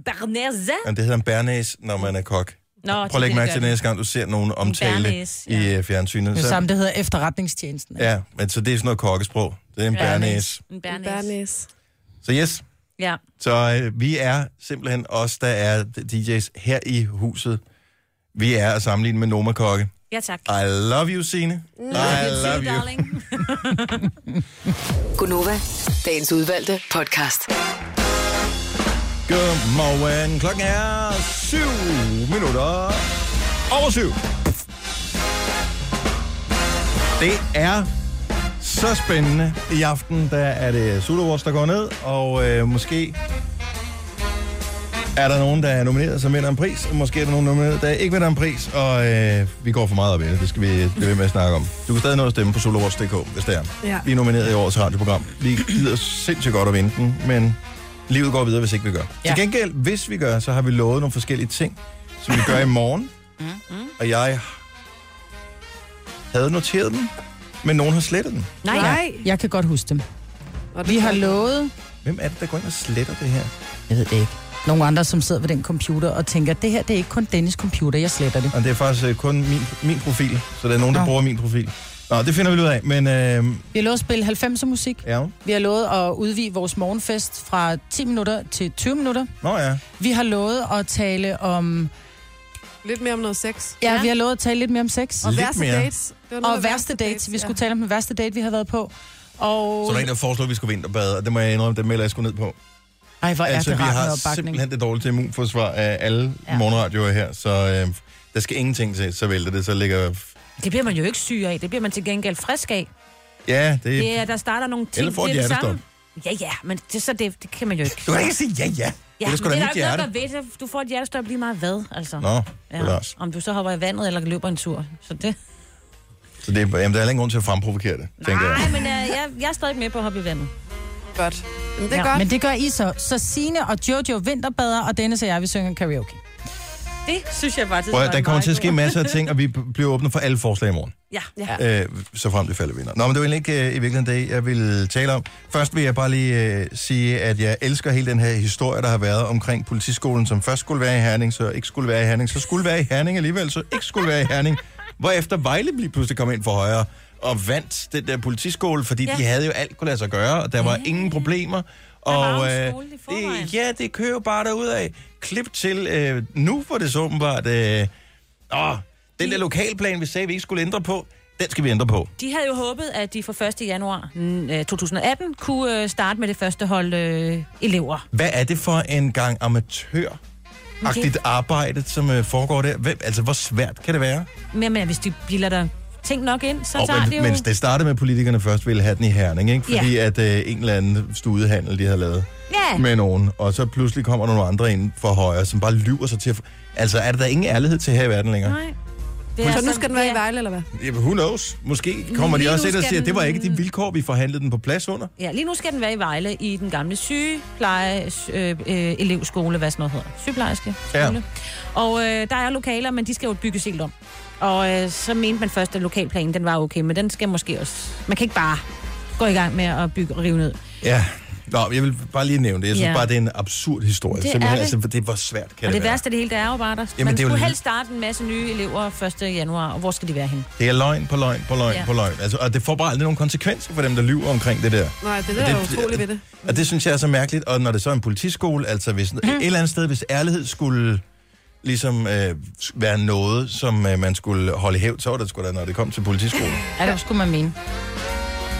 [SPEAKER 4] Bernese.
[SPEAKER 1] Ja, det hedder en bærnæs, når man er kok.
[SPEAKER 4] Nå, det
[SPEAKER 1] Prøv at lægge
[SPEAKER 4] kan
[SPEAKER 1] mærke
[SPEAKER 4] jeg
[SPEAKER 1] til
[SPEAKER 4] gøre.
[SPEAKER 1] næste gang, du ser nogen omtale
[SPEAKER 4] bærnæs,
[SPEAKER 1] i øh, fjernsynet.
[SPEAKER 2] Det er
[SPEAKER 1] Så,
[SPEAKER 2] samme, det hedder efterretningstjenesten.
[SPEAKER 1] ja, men så det er sådan noget kokkesprog. Det er en bærnæs.
[SPEAKER 4] En bernæs.
[SPEAKER 3] Bernæs.
[SPEAKER 1] Så yes,
[SPEAKER 4] Ja.
[SPEAKER 1] så øh, vi er simpelthen os, der er DJ's her i huset. Vi er at sammenligne med Noma-kokke.
[SPEAKER 4] ja, tak.
[SPEAKER 1] I love you, Signe. I love you.
[SPEAKER 4] darling.
[SPEAKER 5] Gunova, dagens udvalgte podcast.
[SPEAKER 1] Godmorgen. Klokken er 7 minutter over 7. Det er så spændende. I aften der er det Zulu Awards, der går ned, og øh, måske er der nogen, der er nomineret, som vinder en pris, og måske er der nogen nomineret, der ikke vinder en pris, og øh, vi går for meget op i det, det skal vi blive ved med at snakke om. Du kan stadig nå at stemme på soloawards.dk, hvis det er.
[SPEAKER 3] Ja.
[SPEAKER 1] Vi er nomineret i årets radioprogram. Vi gider sindssygt godt at vinde den, men livet går videre, hvis ikke vi gør. Ja. Til gengæld, hvis vi gør, så har vi lovet nogle forskellige ting, som vi gør i morgen, og jeg havde noteret den, men nogen har slettet den.
[SPEAKER 4] Nej,
[SPEAKER 3] Nej.
[SPEAKER 2] Jeg kan godt huske dem.
[SPEAKER 3] Og det
[SPEAKER 2] Vi har
[SPEAKER 3] kan-
[SPEAKER 2] lovet,
[SPEAKER 1] Hvem er det, der går ind og sletter det her?
[SPEAKER 2] jeg ved det ikke, nogle andre, som sidder ved den computer og tænker, det her det er ikke kun Dennis' computer, jeg sletter det.
[SPEAKER 1] Og det er faktisk øh, kun min, min profil, så der er nogen, der
[SPEAKER 2] Nå.
[SPEAKER 1] bruger min profil. Nå, det finder vi ud af, men øh,
[SPEAKER 2] Vi har lovet at spille 90'er musik.
[SPEAKER 1] ja.
[SPEAKER 2] Vi har lovet at udvide vores morgenfest fra 10 minutter til 20 minutter.
[SPEAKER 1] Nå ja,
[SPEAKER 2] Vi har lovet at tale om...
[SPEAKER 3] Lidt mere om noget sex.
[SPEAKER 2] Ja,
[SPEAKER 4] Ja.
[SPEAKER 2] vi har lovet at tale lidt mere om sex.
[SPEAKER 3] Og
[SPEAKER 1] Lidt
[SPEAKER 3] værste
[SPEAKER 1] mere.
[SPEAKER 3] dates. Det var noget
[SPEAKER 2] Og
[SPEAKER 3] med
[SPEAKER 2] værste dates. Vi
[SPEAKER 3] ja.
[SPEAKER 2] skulle tale om den værste date, vi har været på.
[SPEAKER 1] så
[SPEAKER 2] Og...
[SPEAKER 1] der er en, der foreslår, at vi skulle vinterbade, og det må jeg indrømme, det melder jeg sgu ned på.
[SPEAKER 2] Ej, hvor er
[SPEAKER 1] altså,
[SPEAKER 2] det
[SPEAKER 1] vi
[SPEAKER 2] rart med
[SPEAKER 1] har
[SPEAKER 2] opbakning.
[SPEAKER 1] simpelthen det dårlige immunforsvar af alle ja.
[SPEAKER 4] Ja.
[SPEAKER 1] morgenradioer her, så øh, der skal ingenting til, så vælter det, så ligger...
[SPEAKER 4] det bliver man jo ikke syg af. Det bliver man til gengæld frisk af.
[SPEAKER 1] Ja, det,
[SPEAKER 4] Det er, der starter nogle ting.
[SPEAKER 1] Eller får
[SPEAKER 4] det
[SPEAKER 1] et
[SPEAKER 4] er det samme.
[SPEAKER 1] hjertestop.
[SPEAKER 4] Ja, ja, men det, er så det, det kan man jo ikke.
[SPEAKER 1] Du kan ikke sige ja, ja.
[SPEAKER 4] Ja,
[SPEAKER 1] det er sgu da
[SPEAKER 4] men det er
[SPEAKER 1] mit
[SPEAKER 4] der jo ikke
[SPEAKER 1] hjerte.
[SPEAKER 4] noget, der ved. det. Du får et hjertestop lige meget hvad, altså.
[SPEAKER 1] Nå, ja.
[SPEAKER 4] Om du så hopper i vandet eller løber en tur. Så det...
[SPEAKER 1] Så det, er- jamen, der er heller ingen grund til at fremprovokere det, tænker jeg.
[SPEAKER 4] Nej, men øh, jeg, jeg er stadig med på at hoppe i vandet.
[SPEAKER 3] Godt. Jamen, det er
[SPEAKER 4] Ja,
[SPEAKER 3] godt.
[SPEAKER 2] Men det gør I så. Så Sine og Jojo vinterbader, og Dennis og jeg, vi synger karaoke.
[SPEAKER 4] Det synes jeg faktisk
[SPEAKER 1] Prøv, at
[SPEAKER 4] var
[SPEAKER 1] høre, der
[SPEAKER 4] en
[SPEAKER 1] kommer
[SPEAKER 4] meget
[SPEAKER 1] til at ske
[SPEAKER 4] god-
[SPEAKER 1] masser af ting, og vi b- bliver åbne for alle forslag i morgen.
[SPEAKER 4] Ja. ja.
[SPEAKER 1] øh, så frem det falder vinder. Nå, men det var egentlig ikke øh, i virkeligheden det, jeg ville tale om. Først vil jeg bare lige øh, sige, at jeg elsker hele den her historie, der har været omkring politiskolen, som først skulle være i Herning, så ikke skulle være i Herning, så skulle være i Herning alligevel, så ikke skulle være i Herning. Hvorefter Vejle lige pludselig kom ind for højre og vandt den der politiskole, fordi ja.
[SPEAKER 4] Ja.
[SPEAKER 1] de havde jo alt kunne lade sig gøre, og der var ingen problemer.
[SPEAKER 4] var
[SPEAKER 1] Og
[SPEAKER 4] jo en
[SPEAKER 1] øh,
[SPEAKER 4] skole i forvejen.
[SPEAKER 1] det, ja, det kører jo bare derudad. Klip til, øh, nu var det så åbenbart, øh, åh, den der lokalplan, vi sagde, vi ikke skulle ændre på, den skal vi ændre på.
[SPEAKER 4] De havde jo håbet, at de fra 1. januar mm, øh, 2018 kunne øh, starte med det første hold øh, elever.
[SPEAKER 1] Hvad er det for en gang amatør? Agtigt arbejde, som øh, foregår der. Hvem, altså, hvor svært kan det være?
[SPEAKER 4] Men, men hvis de bilder der ting nok ind, så tager
[SPEAKER 1] men,
[SPEAKER 4] det jo...
[SPEAKER 1] mens det startede med, at politikerne først ville have den i Herning, ikke?
[SPEAKER 4] Ja.
[SPEAKER 1] fordi at øh, en eller anden studehandel, de havde lavet
[SPEAKER 4] Ja.
[SPEAKER 1] med nogen, og så pludselig kommer der nogle andre ind for højre, som bare lyver sig til at... Altså, er der da ingen ærlighed til her i verden længere?
[SPEAKER 4] Nej. Det er
[SPEAKER 3] Så nu
[SPEAKER 4] altså-
[SPEAKER 3] skal den være i
[SPEAKER 4] ja.
[SPEAKER 3] Vejle, eller hvad?
[SPEAKER 1] Jamen, who knows? Måske kommer
[SPEAKER 4] Lige
[SPEAKER 1] de
[SPEAKER 4] nu
[SPEAKER 1] også ind og
[SPEAKER 4] skal
[SPEAKER 1] siger, at det var
[SPEAKER 4] den-
[SPEAKER 1] ikke de vilkår, vi forhandlede den på plads under.
[SPEAKER 4] Ja, lige nu skal den være i Vejle i den gamle sygepleje, øh, øh, elevskole, hvad sådan noget hedder. Sygeplejerske skole. Ja. Og øh, der er lokaler, men de skal jo bygges helt om. Og øh, så mente man først, at lokalplanen den var okay, men den skal måske også... Man kan ikke bare gå i gang med at bygge og rive ned.
[SPEAKER 1] Ja. Nå, jeg vil bare lige nævne det. Jeg synes
[SPEAKER 4] Ja.
[SPEAKER 1] bare, det er en absurd historie.
[SPEAKER 4] Det er
[SPEAKER 1] Simpelthen,
[SPEAKER 4] det.
[SPEAKER 1] Altså, det, hvor svært kan det,
[SPEAKER 4] Og det
[SPEAKER 1] være?
[SPEAKER 4] værste af det hele, det er jo bare, der
[SPEAKER 1] Jamen,
[SPEAKER 4] Jamen, man
[SPEAKER 1] det er jo
[SPEAKER 4] skulle
[SPEAKER 1] lige-
[SPEAKER 4] helst starte en masse nye elever 1. januar, og hvor skal de være henne?
[SPEAKER 1] Det er løgn på løgn på løgn ja.
[SPEAKER 4] Ja.
[SPEAKER 1] på løgn. Altså, og det får bare aldrig nogen konsekvenser for dem, der lyver omkring det der.
[SPEAKER 3] Nej, det der er jo utroligt ved det.
[SPEAKER 1] Og det synes jeg er så mærkeligt. Og når det så er en politiskole, altså hvis mm.
[SPEAKER 4] Mhm.
[SPEAKER 1] et eller andet sted, hvis ærlighed skulle ligesom øh, være noget, som øh, man skulle holde i hævd, så var det sgu da, når det kom til politiskolen.
[SPEAKER 2] Ja, det skulle man mene.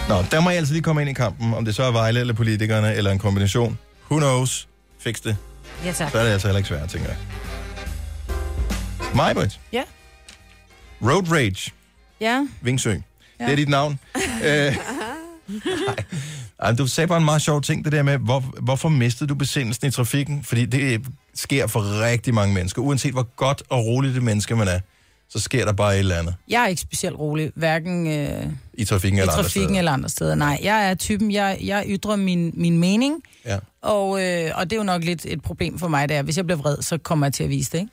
[SPEAKER 1] Nå, der må jeg altså lige komme ind i kampen, om det så er Vejle eller politikerne, eller en kombination. Who knows? Fix det.
[SPEAKER 4] Ja, tak.
[SPEAKER 1] Så er det altså heller ikke svært, tænker jeg. Majbrit.
[SPEAKER 2] Ja.
[SPEAKER 1] Road Rage.
[SPEAKER 2] Ja.
[SPEAKER 1] Vingsø. Ja. Det er dit navn. Øh, nej. Ej, du sagde bare en meget sjov ting, det der med, hvor, hvorfor mistede du besindelsen i trafikken? Fordi det sker for rigtig mange mennesker. Uanset hvor godt og roligt det menneske man er, så sker der bare et eller andet
[SPEAKER 2] Jeg er ikke specielt rolig, hverken øh,
[SPEAKER 1] i trafikken
[SPEAKER 2] i
[SPEAKER 1] eller andre
[SPEAKER 2] trafikken
[SPEAKER 1] steder.
[SPEAKER 2] eller andre steder. Nej, jeg er typen, jeg, jeg ytrer min, min mening,
[SPEAKER 1] Ja.
[SPEAKER 2] og, øh, og det er jo nok lidt et problem for mig, det er, hvis jeg bliver vred, så kommer jeg til at vise det, ikke?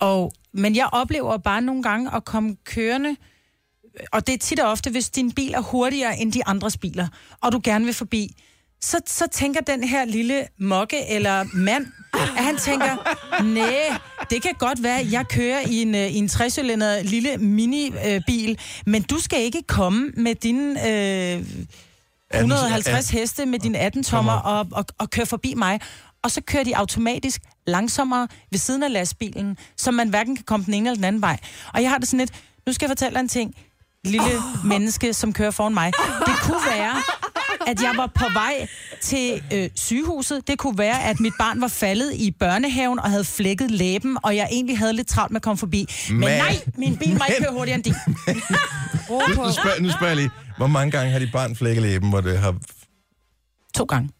[SPEAKER 2] Og, men jeg oplever bare nogle gange at komme kørende, øh, og det er tit og ofte, hvis din bil er hurtigere end de andres biler, og du gerne vil forbi, så, så tænker den her lille mokke eller mand, at han tænker, nej, det kan godt være, at jeg kører i en, øh, i en 60 lille minibil, men du skal ikke komme med dine øh, 150 heste med dine 18 tommer og, og, og køre forbi mig. Og så kører de automatisk langsommere ved siden af lastbilen, så man hverken kan komme den ene eller den anden vej. Og jeg har det sådan lidt, nu skal jeg fortælle dig en ting, lille menneske, som kører foran mig. Det kunne være, at jeg var på vej til øh, sygehuset. Det kunne være, at mit barn var faldet i børnehaven og havde flækket læben, og jeg egentlig havde lidt travlt med at komme forbi. Men,
[SPEAKER 1] Men-
[SPEAKER 2] men nej, min bil må ikke køre hurtigere end din.
[SPEAKER 3] Ro på.
[SPEAKER 1] Nu spørger, nu spørger jeg lige, hvor mange gange har dit barn flækket læben, hvor det har,
[SPEAKER 2] To gange.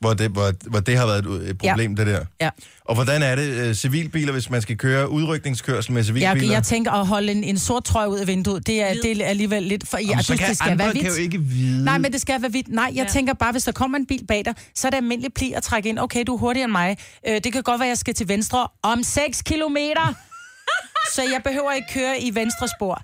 [SPEAKER 1] hvor det, hvor, hvor det har været et, et problem, ja. det der?
[SPEAKER 2] Ja.
[SPEAKER 1] Og hvordan er det, øh, civilbiler, hvis man skal køre udrykningskørsel med civilbiler?
[SPEAKER 2] Jeg, jeg tænker at holde en, en sort trøj ud af vinduet, det er, det er alligevel lidt... For, jeg
[SPEAKER 1] Jamen, så
[SPEAKER 2] synes,
[SPEAKER 1] kan
[SPEAKER 2] det skal
[SPEAKER 1] andre
[SPEAKER 2] være
[SPEAKER 1] kan jo
[SPEAKER 2] hvidt.
[SPEAKER 1] ikke vide.
[SPEAKER 2] Nej, men det skal være hvidt. Nej, jeg
[SPEAKER 4] Ja.
[SPEAKER 2] ja. tænker bare, hvis der kommer en bil bag dig, så er det almindelig pli at trække ind. Okay, du er hurtigere end mig. Øh, det kan godt være, jeg skal til venstre om 6 kilometer. så jeg behøver ikke køre i venstre spor.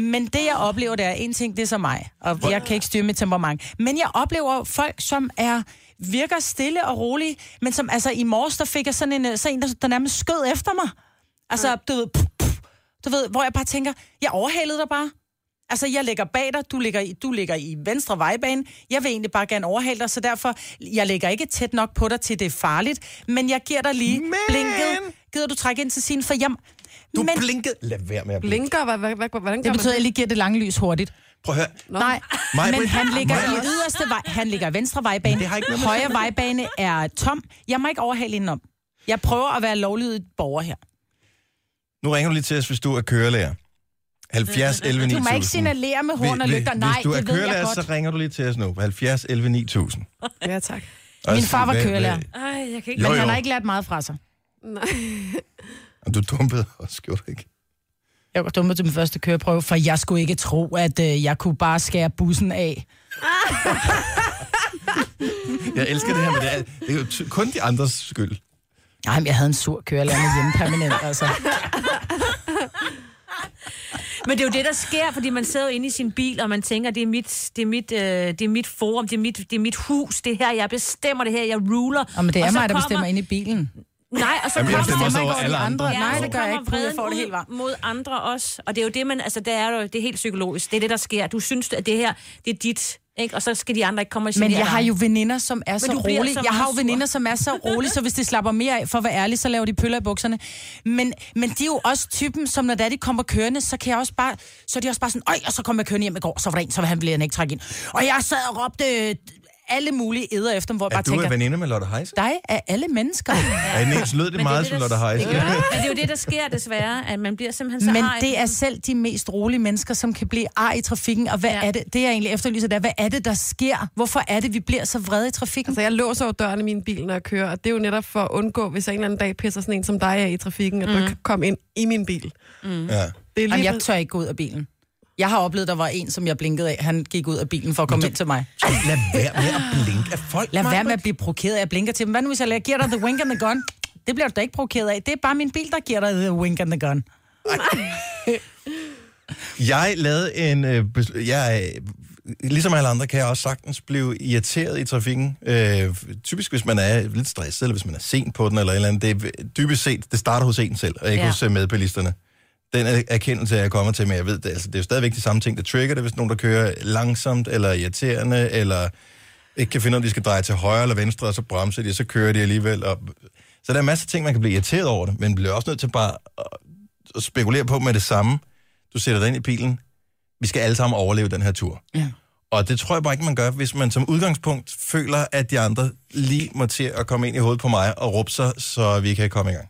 [SPEAKER 2] Men det, jeg oplever, det er, en ting, det er så mig, og jeg kan ikke styre mit temperament. Men jeg oplever folk, som er virker stille og rolige, men som altså i morges, der fik jeg sådan en, øh, så en der, der nærmest skød efter mig. Altså, du ved, pff, pff, du ved, hvor jeg bare tænker, jeg overhalede dig bare. Altså, jeg ligger bag dig, du ligger, i, du ligger i venstre vejbane. Jeg vil egentlig bare gerne overhale dig, så derfor, jeg ligger ikke tæt nok på dig til, det er farligt. Men jeg giver dig lige men... blinket. Gider du trække ind til sin for hjem?
[SPEAKER 1] Du
[SPEAKER 2] men
[SPEAKER 1] blinkede. Lad være med at blinke.
[SPEAKER 3] Blinker, hvad, hvad, hvad, hvordan gør
[SPEAKER 2] det betyder, at
[SPEAKER 3] man
[SPEAKER 2] jeg lige giver det lange lys hurtigt.
[SPEAKER 1] Prøv at høre.
[SPEAKER 3] Nå.
[SPEAKER 2] Nej,
[SPEAKER 1] Maj-
[SPEAKER 2] men
[SPEAKER 1] Britt-
[SPEAKER 2] han ligger
[SPEAKER 1] Maj-
[SPEAKER 2] i yderste vej. Han ligger i venstre vejbane.
[SPEAKER 1] det har ikke noget med-
[SPEAKER 2] Højre vejbane er tom. Jeg må ikke overhale indenom. Jeg prøver at være lovlydig borger her.
[SPEAKER 1] Nu ringer du lige til os, hvis du er kørelærer. 70 11
[SPEAKER 2] Du
[SPEAKER 1] 9000.
[SPEAKER 2] må ikke signalere med horn og
[SPEAKER 1] Hvis-
[SPEAKER 2] lygter.
[SPEAKER 1] hvis-
[SPEAKER 2] Nej,
[SPEAKER 1] Hvis du er
[SPEAKER 2] det ved jeg
[SPEAKER 1] kørelærer,
[SPEAKER 2] godt.
[SPEAKER 1] så ringer du lige til os nu. 70 11 9000.
[SPEAKER 3] det? Ja, tak.
[SPEAKER 1] Og
[SPEAKER 2] Min
[SPEAKER 1] så-
[SPEAKER 2] far var
[SPEAKER 1] Altså, hvad- hvad-
[SPEAKER 2] kørelærer.
[SPEAKER 4] Ej, jeg kan ikke...
[SPEAKER 1] Jo,
[SPEAKER 2] Men han
[SPEAKER 1] jo.
[SPEAKER 2] har ikke lært meget fra sig.
[SPEAKER 3] Nej.
[SPEAKER 1] Jamen, Du dumpede også, gjorde du ikke?
[SPEAKER 2] Jeg var dumme til min første køreprøve, for jeg skulle ikke tro, at øh, jeg kunne bare skære bussen af.
[SPEAKER 1] Jeg elsker det her med det. er- Det er jo ty- kun de andres skyld.
[SPEAKER 2] Nej, men jeg havde en sur kørelærer med hjemme permanent, altså.
[SPEAKER 4] Men det er jo det, der sker, fordi man sidder jo inde i sin bil, og man tænker, det er mit, det er mit, øh, det er mit forum, det er mit, det er mit hus, det er her, jeg bestemmer det her, jeg ruler.
[SPEAKER 2] Og men det er
[SPEAKER 4] og så
[SPEAKER 2] mig, der
[SPEAKER 4] kommer-
[SPEAKER 2] bestemmer ind i bilen.
[SPEAKER 4] Nej, og så
[SPEAKER 1] Jamen, jeg
[SPEAKER 4] kommer
[SPEAKER 1] bestemmer også
[SPEAKER 2] ikke
[SPEAKER 1] over
[SPEAKER 2] over
[SPEAKER 1] alle
[SPEAKER 2] de
[SPEAKER 1] andre.
[SPEAKER 2] andre. Nej, det
[SPEAKER 4] så
[SPEAKER 2] gør jeg
[SPEAKER 4] kommer
[SPEAKER 2] ikke. Gud, jeg
[SPEAKER 4] vreden
[SPEAKER 2] får det
[SPEAKER 4] ud
[SPEAKER 2] helt varmt.
[SPEAKER 4] Mod andre også. Og det er jo det, man, altså, det er jo det er helt psykologisk. Det er det, der sker. Du synes, at det her, det er dit. Ikke? Og så skal de andre ikke komme og sige,
[SPEAKER 2] Men jeg har jo veninder, som er så
[SPEAKER 4] du bliver
[SPEAKER 2] rolige.
[SPEAKER 4] så
[SPEAKER 2] Jeg har jo
[SPEAKER 4] meget sur.
[SPEAKER 2] veninder, som er så rolige, så hvis de slapper mere af, for at være ærlig, så laver de pøller i bukserne. Men, men de er jo også typen, som når det er, de kommer kørende, så kan jeg også bare, så er de også bare sådan, øj, og så kom jeg kørende hjem i går, så var der en, så ville han ville han ikke trække ind. Og jeg sad og råbte øh, alle mulige æder efter dem, hvor jeg
[SPEAKER 1] Er
[SPEAKER 2] bare
[SPEAKER 1] du er
[SPEAKER 2] tænker,
[SPEAKER 1] veninde med Lotte Heise?
[SPEAKER 2] dig er alle mennesker.
[SPEAKER 1] Ja, i den ene lød det
[SPEAKER 4] er
[SPEAKER 1] meget
[SPEAKER 4] det,
[SPEAKER 1] som
[SPEAKER 4] der-
[SPEAKER 1] Lotte Heise.
[SPEAKER 4] Ja. Men det er jo det, der sker desværre, at man bliver simpelthen så
[SPEAKER 2] Men
[SPEAKER 4] arg.
[SPEAKER 2] det er selv de mest rolige mennesker, som kan blive ar i trafikken. Og hvad
[SPEAKER 4] Ja.
[SPEAKER 2] ja. er det, det jeg egentlig efterlyser, det er, hvad er det, der sker? Hvorfor er det, vi bliver så vrede i trafikken?
[SPEAKER 3] Altså, jeg låser jo døren i min bil, når jeg kører, og det er jo netop for at undgå, hvis jeg en eller anden dag pisser sådan en som dig af i trafikken, at mm. du kan komme ind i min bil.
[SPEAKER 1] Ja.
[SPEAKER 3] Det er lige
[SPEAKER 2] Mhm. Jamen, jeg tør ikke gå ud af bilen. Jeg har oplevet, der var en, som jeg blinkede af. Han gik ud af bilen for at komme ind til mig.
[SPEAKER 1] Lad være med at blinke af folk.
[SPEAKER 2] Lad
[SPEAKER 1] Maja.
[SPEAKER 2] være med at blive provokeret af. Jeg blinker til dem. Hvad nu, hvis jeg lader- giver dig the wink and the gun? Det bliver du da ikke provokeret af. Det er bare min bil, der giver dig the wink and the gun.
[SPEAKER 1] Jeg lavede en... Øh, bes- jeg, øh, ligesom alle andre kan jeg også sagtens blive irriteret i trafikken. Øh, typisk hvis man er lidt stresset, eller hvis man er sent på den, eller et eller andet. Det er dybest set, det starter hos en selv, og ikke ja.
[SPEAKER 4] Ja.
[SPEAKER 1] hos øh, medbilisterne. Den er- erkendelse er jeg kommer til, men jeg ved det, altså, det er jo stadigvæk de samme ting, der trigger det, hvis nogen, der kører langsomt, eller irriterende, eller ikke kan finde ud af, om de skal dreje til højre eller venstre, og så bremser de, og så kører de alligevel. Og... Så der er masser af ting, man kan blive irriteret over det, men bliver også nødt til bare at- at spekulere på med det samme. Du sætter dig ind i bilen. Vi skal alle sammen overleve den her tur.
[SPEAKER 2] Ja.
[SPEAKER 1] Og det tror jeg bare ikke, man gør, hvis man som udgangspunkt føler, at de andre lige må til at komme ind i hovedet på mig og råbe sig, så vi kan komme i gang.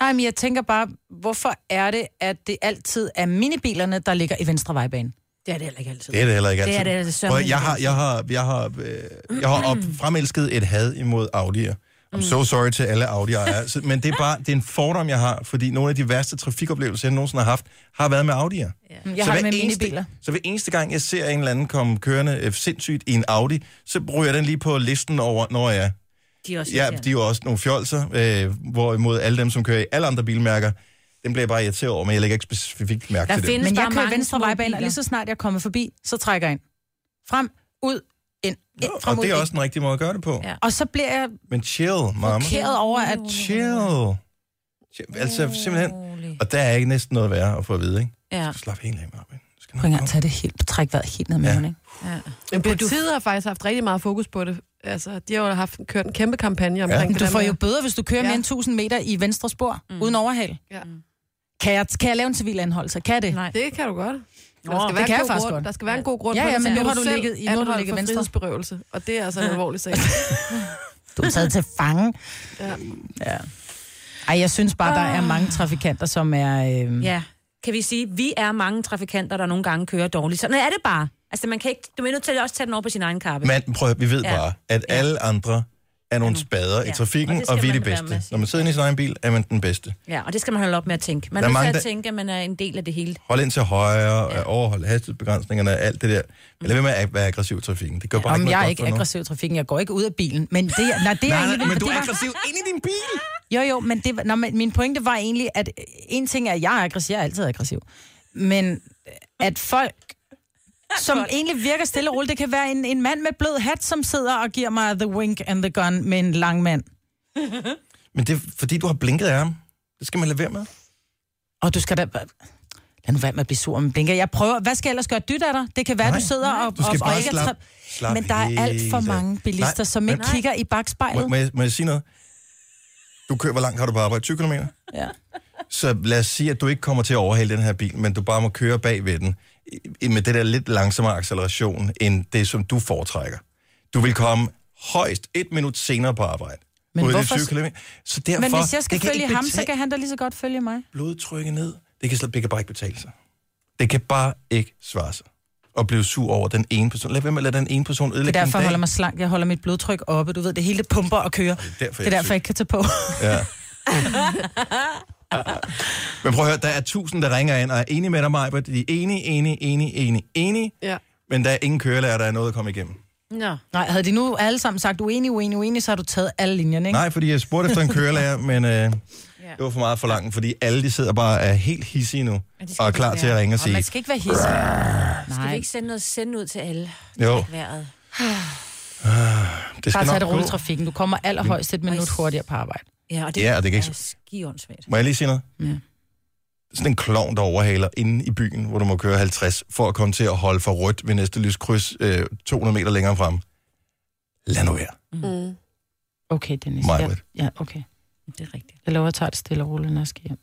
[SPEAKER 2] Nej, men jeg tænker bare, hvorfor er det, at det altid er minibilerne, der ligger i venstre vejbane?
[SPEAKER 4] det er det heller ikke altid.
[SPEAKER 1] Det er det heller ikke
[SPEAKER 4] Det
[SPEAKER 1] altid.
[SPEAKER 4] er det altså sørme
[SPEAKER 1] Prøv, jeg
[SPEAKER 4] ikke
[SPEAKER 1] har, jeg har, jeg har, øh, jeg har op, fremelsket et had imod Audi'er. I'm
[SPEAKER 4] Mm.
[SPEAKER 1] so sorry til alle Audi-ejere. Så- Men det er bare det er en fordom, jeg har, fordi nogle af de værste trafikoplevelser, jeg nogensinde har haft, har været med Audi'er. Ja.
[SPEAKER 2] Jeg har det med mine biler.
[SPEAKER 1] Så hver eneste gang, jeg ser en eller anden komme kørende øh, sindssygt i en Audi, så bruger jeg den lige på listen over, når jeg
[SPEAKER 4] De er også
[SPEAKER 1] Ja, de er jo også nogle fjolser, øh, hvorimod alle dem, som kører i alle andre bilmærker, dem bliver jeg bare irriteret over, men jeg lægger ikke specifikt mærke
[SPEAKER 4] Der
[SPEAKER 1] til det.
[SPEAKER 4] findes
[SPEAKER 2] Men
[SPEAKER 4] bare
[SPEAKER 2] jeg kører
[SPEAKER 4] mange
[SPEAKER 2] venstre
[SPEAKER 4] små
[SPEAKER 2] vejbane, og
[SPEAKER 4] biler.
[SPEAKER 2] lige så snart jeg kommer forbi, så trækker jeg ind. Frem, ud, ind, ind, frem,
[SPEAKER 1] Og det er
[SPEAKER 2] ud,
[SPEAKER 1] også
[SPEAKER 2] ind.
[SPEAKER 1] den rigtige måde at gøre det på.
[SPEAKER 4] Ja.
[SPEAKER 2] Og så bliver jeg
[SPEAKER 1] Men chill, mamma.
[SPEAKER 2] kæret over, at...
[SPEAKER 1] Chill. chill. Altså simpelthen, og der er ikke næsten noget værre at få at vide, ikke?
[SPEAKER 4] Ja.
[SPEAKER 1] Slap helt af, Marvin. Du Skal
[SPEAKER 2] Prøv
[SPEAKER 1] nok
[SPEAKER 2] engang at tage det helt, træk vejret helt ned med
[SPEAKER 1] Ja.
[SPEAKER 2] ja. ikke?
[SPEAKER 4] ja.
[SPEAKER 3] Men politiet har faktisk haft rigtig meget fokus på det. Altså, de har jo haft kørt en kæmpe kampagne omkring
[SPEAKER 1] Men
[SPEAKER 3] det
[SPEAKER 2] Du
[SPEAKER 3] der
[SPEAKER 2] får
[SPEAKER 3] med-
[SPEAKER 2] jo bøder, hvis du kører
[SPEAKER 3] Ja.
[SPEAKER 2] ja. mere end 1000 meter i venstre spor, mm. uden overhal.
[SPEAKER 3] Ja.
[SPEAKER 2] Kan jeg, kan jeg lave en civil anholdelse? Kan jeg det?
[SPEAKER 4] Nej.
[SPEAKER 3] Det kan du godt.
[SPEAKER 4] Nå,
[SPEAKER 3] være
[SPEAKER 2] det
[SPEAKER 3] en
[SPEAKER 2] kan jeg
[SPEAKER 3] god
[SPEAKER 2] faktisk
[SPEAKER 3] grund.
[SPEAKER 2] godt.
[SPEAKER 3] Der skal være en god grund
[SPEAKER 2] Ja,
[SPEAKER 3] for
[SPEAKER 2] ja,
[SPEAKER 3] det,
[SPEAKER 2] men nu
[SPEAKER 3] så er
[SPEAKER 2] har du
[SPEAKER 3] selv
[SPEAKER 2] ligget i- nu har du
[SPEAKER 3] anholdt
[SPEAKER 2] ligget
[SPEAKER 3] for
[SPEAKER 2] venstre.
[SPEAKER 3] frihedsberøvelse, og det er altså en alvorlig sag.
[SPEAKER 2] Du er taget til fange.
[SPEAKER 3] Ja.
[SPEAKER 2] ja. Ej, jeg synes bare, der er mange trafikanter, som er...
[SPEAKER 1] Mm.
[SPEAKER 2] Øh...
[SPEAKER 4] Ah. ja. Kan vi sige, vi er mange trafikanter, der nogle gange kører dårligt. Sådan er det bare. Altså, man kan ikke, du er nødt til at også tage den over på sin egen kappe.
[SPEAKER 1] Men prøv at høre, vi ved
[SPEAKER 4] Ja.
[SPEAKER 1] bare, at
[SPEAKER 4] Ja.
[SPEAKER 1] alle andre er nogle spader i
[SPEAKER 4] Ja. Og
[SPEAKER 1] trafikken,
[SPEAKER 4] det skal
[SPEAKER 1] og vi er de
[SPEAKER 4] man lade være med
[SPEAKER 1] bedste.
[SPEAKER 4] at sige.
[SPEAKER 1] Når man sidder inde i sin egen bil, er man den bedste.
[SPEAKER 4] Ja, og det skal man holde op med at tænke. Man
[SPEAKER 1] Der er
[SPEAKER 4] er nødt
[SPEAKER 1] mange,
[SPEAKER 4] til
[SPEAKER 1] der-
[SPEAKER 4] at tænke, at man er en del af det hele.
[SPEAKER 1] Hold ind til højre, ja. overhold hastighedsbegrænsningerne, alt det der. Men lad være med at være aggressiv i trafikken. Det gør bare
[SPEAKER 2] Om
[SPEAKER 1] ikke noget
[SPEAKER 2] jeg er
[SPEAKER 1] godt
[SPEAKER 2] ikke
[SPEAKER 1] for nogen.
[SPEAKER 2] aggressiv i trafikken, jeg går ikke ud af bilen. Men det, nej, det er
[SPEAKER 1] Nej,
[SPEAKER 2] egentlig,
[SPEAKER 1] nej, men du
[SPEAKER 2] det
[SPEAKER 1] er
[SPEAKER 2] var-
[SPEAKER 1] aggressiv ind i din bil.
[SPEAKER 2] Jo, jo, men, det, var- nå, men min pointe var egentlig, at en ting er, at jeg er aggressiv, jeg er altid aggressiv, men at folk, som egentlig virker stille og roligt, det kan være en, en mand med blød hat, som sidder og giver mig the wink and the gun med en lang mand.
[SPEAKER 1] Men det er fordi, du har blinket af ham. Det skal man lade være med.
[SPEAKER 2] Og du skal da... Lad nu være med at blive sur om blinker. Jeg prøver... Hvad skal jeg ellers gøre dyt af dig? Det kan være,
[SPEAKER 1] Nej,
[SPEAKER 2] du sidder og...
[SPEAKER 1] Du skal
[SPEAKER 2] og, og
[SPEAKER 1] bare
[SPEAKER 2] ikke er
[SPEAKER 1] slappe.
[SPEAKER 2] tra-
[SPEAKER 1] Slap
[SPEAKER 2] Men der er alt for
[SPEAKER 1] helt af.
[SPEAKER 2] mange bilister,
[SPEAKER 1] Nej,
[SPEAKER 2] Nej. som ikke
[SPEAKER 1] men-
[SPEAKER 2] kigger i
[SPEAKER 1] Må,
[SPEAKER 2] bagspejlet.
[SPEAKER 1] må, jeg, må jeg sige noget? Du kører, hvor langt har du på arbejde? 20 km?
[SPEAKER 2] Ja.
[SPEAKER 1] Så lad os sige, at du ikke kommer til at overhale den her bil, men du bare må køre bag ved den i- i- med det der lidt langsommere acceleration, end det, som du foretrækker. Du vil komme højst et minut senere på arbejde.
[SPEAKER 2] Men
[SPEAKER 1] Ud af de
[SPEAKER 2] hvorfor-
[SPEAKER 1] 20 kilometer. Så derfor,
[SPEAKER 2] Men hvis jeg skal
[SPEAKER 1] det kan
[SPEAKER 2] følge
[SPEAKER 1] ikke
[SPEAKER 2] ham,
[SPEAKER 1] betale-
[SPEAKER 2] så kan han da lige så godt følge mig.
[SPEAKER 1] blodtrykket ned. Det kan, slet, det kan bare ikke betale sig. Det kan bare ikke svare sig. Og blive sur over den ene person. Lad være med at lade den ene person
[SPEAKER 2] Det
[SPEAKER 1] ødelægge
[SPEAKER 2] er derfor,
[SPEAKER 1] din
[SPEAKER 2] jeg
[SPEAKER 1] dag.
[SPEAKER 2] holder mig slank. Jeg holder mit blodtryk oppe. Du ved, det hele pumper og kører. Det
[SPEAKER 1] derfor,
[SPEAKER 2] er
[SPEAKER 1] jeg er
[SPEAKER 2] derfor, jeg ikke kan tage på.
[SPEAKER 1] Ja. Men prøv at høre, der er tusind, der ringer ind og er enige med dig, Majbert. De er enige, enige, enige, enige, enige.
[SPEAKER 3] Ja.
[SPEAKER 1] Men der er ingen kørelærer, der er noget at komme igennem.
[SPEAKER 4] Nå.
[SPEAKER 2] Nej, havde de nu alle sammen sagt uenig, uenig, uenig, så har du taget alle linjerne, ikke?
[SPEAKER 1] Nej, fordi jeg spurgte efter en kørelærer, men øh, det var for meget for langt, fordi alle de sidder bare og er helt hissige nu, og er klar til at ringe og
[SPEAKER 2] Og man
[SPEAKER 1] sige,
[SPEAKER 2] skal ikke være hissig.
[SPEAKER 4] Skal vi
[SPEAKER 2] Nej,
[SPEAKER 4] ikke sende noget send ud til alle?
[SPEAKER 1] jo,
[SPEAKER 4] Vejret.
[SPEAKER 1] det
[SPEAKER 2] bare
[SPEAKER 1] skal
[SPEAKER 2] tag det
[SPEAKER 1] nok
[SPEAKER 2] roligt i
[SPEAKER 1] gå.
[SPEAKER 2] trafikken. Du kommer allerhøjst et minut hurtigere på arbejde.
[SPEAKER 4] Ja, og det,
[SPEAKER 1] Ja, og det kan ikke-
[SPEAKER 4] er skiondsvært.
[SPEAKER 1] Må jeg lige sige noget?
[SPEAKER 2] Ja.
[SPEAKER 1] Sådan en klovn, der overhaler inde i byen, hvor du må køre 50, for at komme til at holde for rødt ved næste lyskryds øh, 200 meter længere frem. Lad nu være.
[SPEAKER 3] Mm.
[SPEAKER 2] Okay, Dennis.
[SPEAKER 1] Mig,
[SPEAKER 2] Ja,
[SPEAKER 1] Britt.
[SPEAKER 2] ja, okay.
[SPEAKER 4] Det er rigtigt.
[SPEAKER 2] Jeg lover, at jeg tager det stille og roligt, når jeg skal hjem.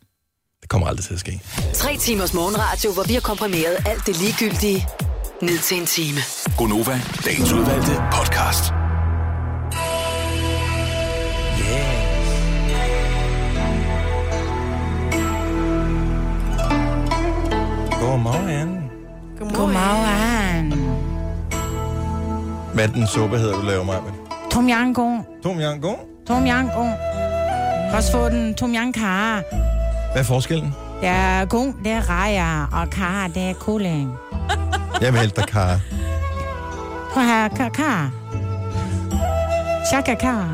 [SPEAKER 1] Det kommer aldrig til at ske.
[SPEAKER 5] Tre timers morgenradio, hvor vi har komprimeret alt det ligegyldige ned til en time.
[SPEAKER 6] Gonova, dagens udvalgte podcast.
[SPEAKER 1] Godmorgen.
[SPEAKER 3] Godmorgen.
[SPEAKER 1] Hvad er den suppe hedder, du laver mig med?
[SPEAKER 2] Tom Yang Gong.
[SPEAKER 1] Tom Yang Go.
[SPEAKER 2] Tom Yang Gong. Kan også få den Tom Yang Kara.
[SPEAKER 1] Hvad er forskellen?
[SPEAKER 2] Ja, Gong, det er rejer, og Kara, det er kuling.
[SPEAKER 1] Jeg vil hælde dig kar.
[SPEAKER 2] Prøv her, Kara. Kara. Chaka Kara.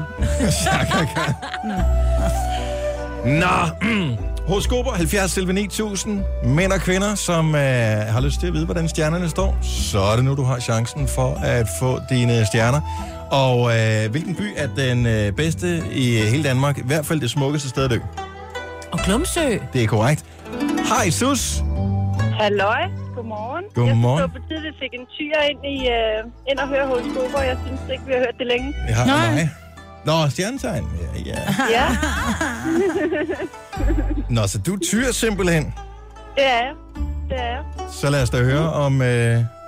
[SPEAKER 1] Nå, mm. horoskoper 70 selv 9000. Mænd og kvinder, som øh, har lyst til at vide, hvordan stjernerne står, så er det nu, du har chancen for at få dine stjerner. Og øh, hvilken by er den øh, bedste i hele Danmark? I hvert fald det smukkeste sted at dø.
[SPEAKER 4] Og Glumsø.
[SPEAKER 1] Det er korrekt. Hej, Sus.
[SPEAKER 7] Halløj, godmorgen.
[SPEAKER 1] Godmorgen.
[SPEAKER 7] Jeg synes, det var på tide, vi fik en tyr ind, i, øh, ind og høre horoskoper. Jeg synes ikke, vi har hørt det længe.
[SPEAKER 1] Jeg har
[SPEAKER 2] Nej.
[SPEAKER 1] mig. Nå, stjernetegn. Ja, ja.
[SPEAKER 7] Ja,
[SPEAKER 1] Nå, så du tyr simpelthen.
[SPEAKER 7] det er jeg. Det er jeg.
[SPEAKER 1] Så lad os da høre om, øh,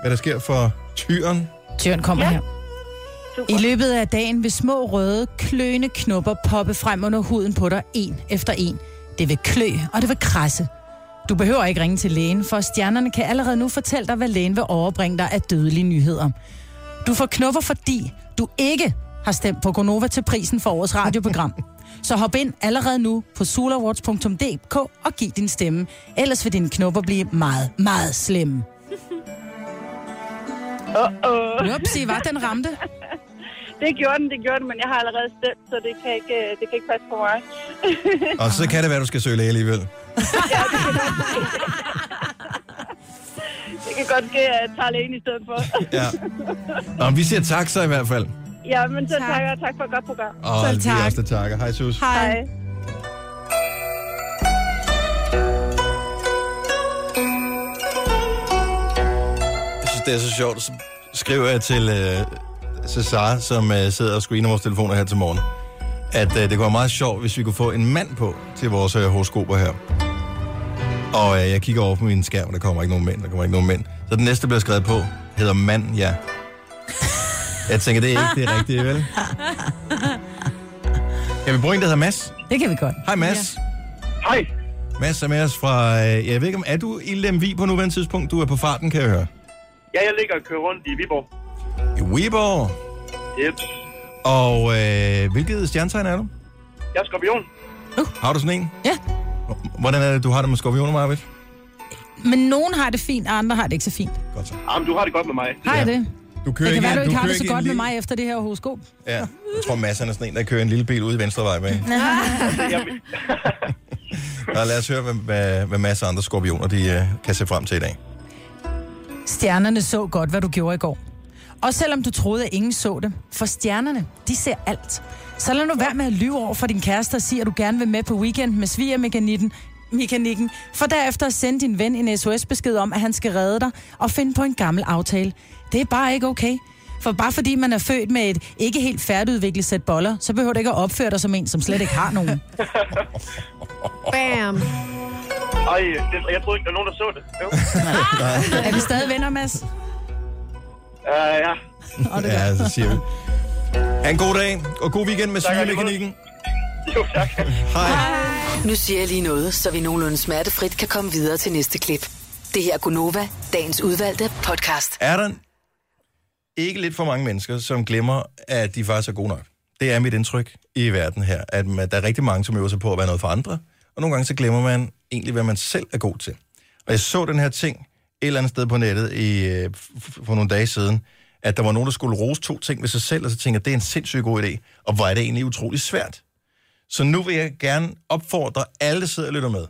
[SPEAKER 1] hvad der sker for tyren.
[SPEAKER 2] Tyren kommer
[SPEAKER 7] Ja.
[SPEAKER 2] her.
[SPEAKER 7] Super.
[SPEAKER 2] I løbet af dagen vil små røde, kløende knopper poppe frem under huden på dig, en efter en. Det vil klø, og det vil krasse. Du behøver ikke ringe til lægen, for stjernerne kan allerede nu fortælle dig, hvad lægen vil overbringe dig af dødelige nyheder. Du får knopper, fordi du ikke har stemt på Gonova til prisen for årets radioprogram. Så hop ind allerede nu på sulawards.dk og giv din stemme. Ellers vil dine knopper blive meget, meget slemme.
[SPEAKER 7] Åh, åh.
[SPEAKER 2] Upsi, var den ramte?
[SPEAKER 7] Det gjorde den, det gjorde den, men jeg har allerede stemt, så det kan ikke, øh, det kan ikke passe på mig.
[SPEAKER 1] Og så kan det være, du skal søge læge alligevel.
[SPEAKER 7] Det kan godt ske, at jeg tager lægen i stedet for.
[SPEAKER 1] Ja. Nå, men vi siger tak så i hvert fald.
[SPEAKER 7] ja, men så tak. og tak for et godt program.
[SPEAKER 1] Og
[SPEAKER 2] Selv
[SPEAKER 1] vi
[SPEAKER 2] tak.
[SPEAKER 1] også der takker. Hej, Sus.
[SPEAKER 7] Hej.
[SPEAKER 1] Jeg synes, det er så sjovt. Så skriver jeg til øh, Cesar, som øh, sidder og screener vores telefoner her til morgen, at øh, det kunne være meget sjovt, hvis vi kunne få en mand på til vores øh, horoskoper her. Og øh, jeg kigger over på min skærm, der kommer ikke nogen mænd, der kommer ikke nogen mænd. Så den næste, der bliver skrevet på, hedder mand, ja. Jeg tænker, det er ikke det rigtige, vel? Kan vi bruge en, der hedder Mads?
[SPEAKER 2] Det kan vi godt.
[SPEAKER 1] Hej Mads. Ja. Hej. Mads er med os fra, øh, jeg ved ikke om, er du i Lemvig på nuværende tidspunkt? Du er på farten, kan jeg høre.
[SPEAKER 8] Ja, jeg ligger og kører rundt i Viborg.
[SPEAKER 1] I Weborg.
[SPEAKER 8] Yep.
[SPEAKER 1] Og øh, hvilket stjernetegn er du?
[SPEAKER 8] Jeg er skorpion.
[SPEAKER 1] Har du sådan en?
[SPEAKER 2] Ja.
[SPEAKER 1] Hvordan er det, du har det med skorpioner, Marvitt?
[SPEAKER 2] Men nogen har det fint, og andre har det ikke så fint.
[SPEAKER 1] Godt så.
[SPEAKER 8] Jamen, du har det godt med mig.
[SPEAKER 2] Har jeg det?
[SPEAKER 1] Du kører
[SPEAKER 2] Det kan være, du
[SPEAKER 1] en-
[SPEAKER 2] ikke har
[SPEAKER 1] kører
[SPEAKER 2] det så
[SPEAKER 1] en
[SPEAKER 2] godt med
[SPEAKER 1] lille-
[SPEAKER 2] mig efter det her horoskop.
[SPEAKER 1] Ja. Jeg tror, Mads han er sådan en, der kører en lille bil ude i venstre vej bag.
[SPEAKER 8] Jamen,
[SPEAKER 1] Og lad os høre, hvad, hvad, hvad masser af andre skorpioner de, øh, kan se frem til i dag.
[SPEAKER 2] Stjernerne så godt, hvad du gjorde i går. Og selvom du troede, at ingen så det, for stjernerne, de ser alt. Så lad nu være med at lyve over for din kæreste og sige, at du gerne vil med på weekend med svigermekanikken, mekanikken, for derefter at sende din ven en SOS-besked om, at han skal redde dig og finde på en gammel aftale. Det er bare ikke okay. For bare fordi man er født med et ikke helt færdigudviklet sæt boller, så behøver du ikke at opføre dig som en, som slet ikke har nogen.
[SPEAKER 3] Bam.
[SPEAKER 8] ej, det, jeg troede ikke, der var nogen, der så det. Jo.
[SPEAKER 2] Er vi stadig venner, Mads?
[SPEAKER 8] Uh, ja.
[SPEAKER 1] Og det ja, så siger vi. Ha' en god dag, og god weekend med
[SPEAKER 8] Tak, og lige måde.
[SPEAKER 1] sygemekanikken.
[SPEAKER 8] Jo, tak.
[SPEAKER 1] Hej.
[SPEAKER 5] Nu siger jeg lige noget, så vi nogenlunde smertefrit kan komme videre til næste klip. Det her er Gunova, dagens udvalgte podcast.
[SPEAKER 1] Er der ikke lidt for mange mennesker, som glemmer, at de faktisk er gode nok? Det er mit indtryk i verden her, at man, der er rigtig mange, som øver sig på at være noget for andre, og nogle gange så glemmer man egentlig, hvad man selv er god til. Og jeg så den her ting et eller andet sted på nettet i, øh, f- for nogle dage siden, at der var nogen, der skulle rose to ting ved sig selv, og så tænker jeg, det er en sindssygt god idé, og hvor er det egentlig utrolig svært. Så nu vil jeg gerne opfordre alle, der sidder og lytter med,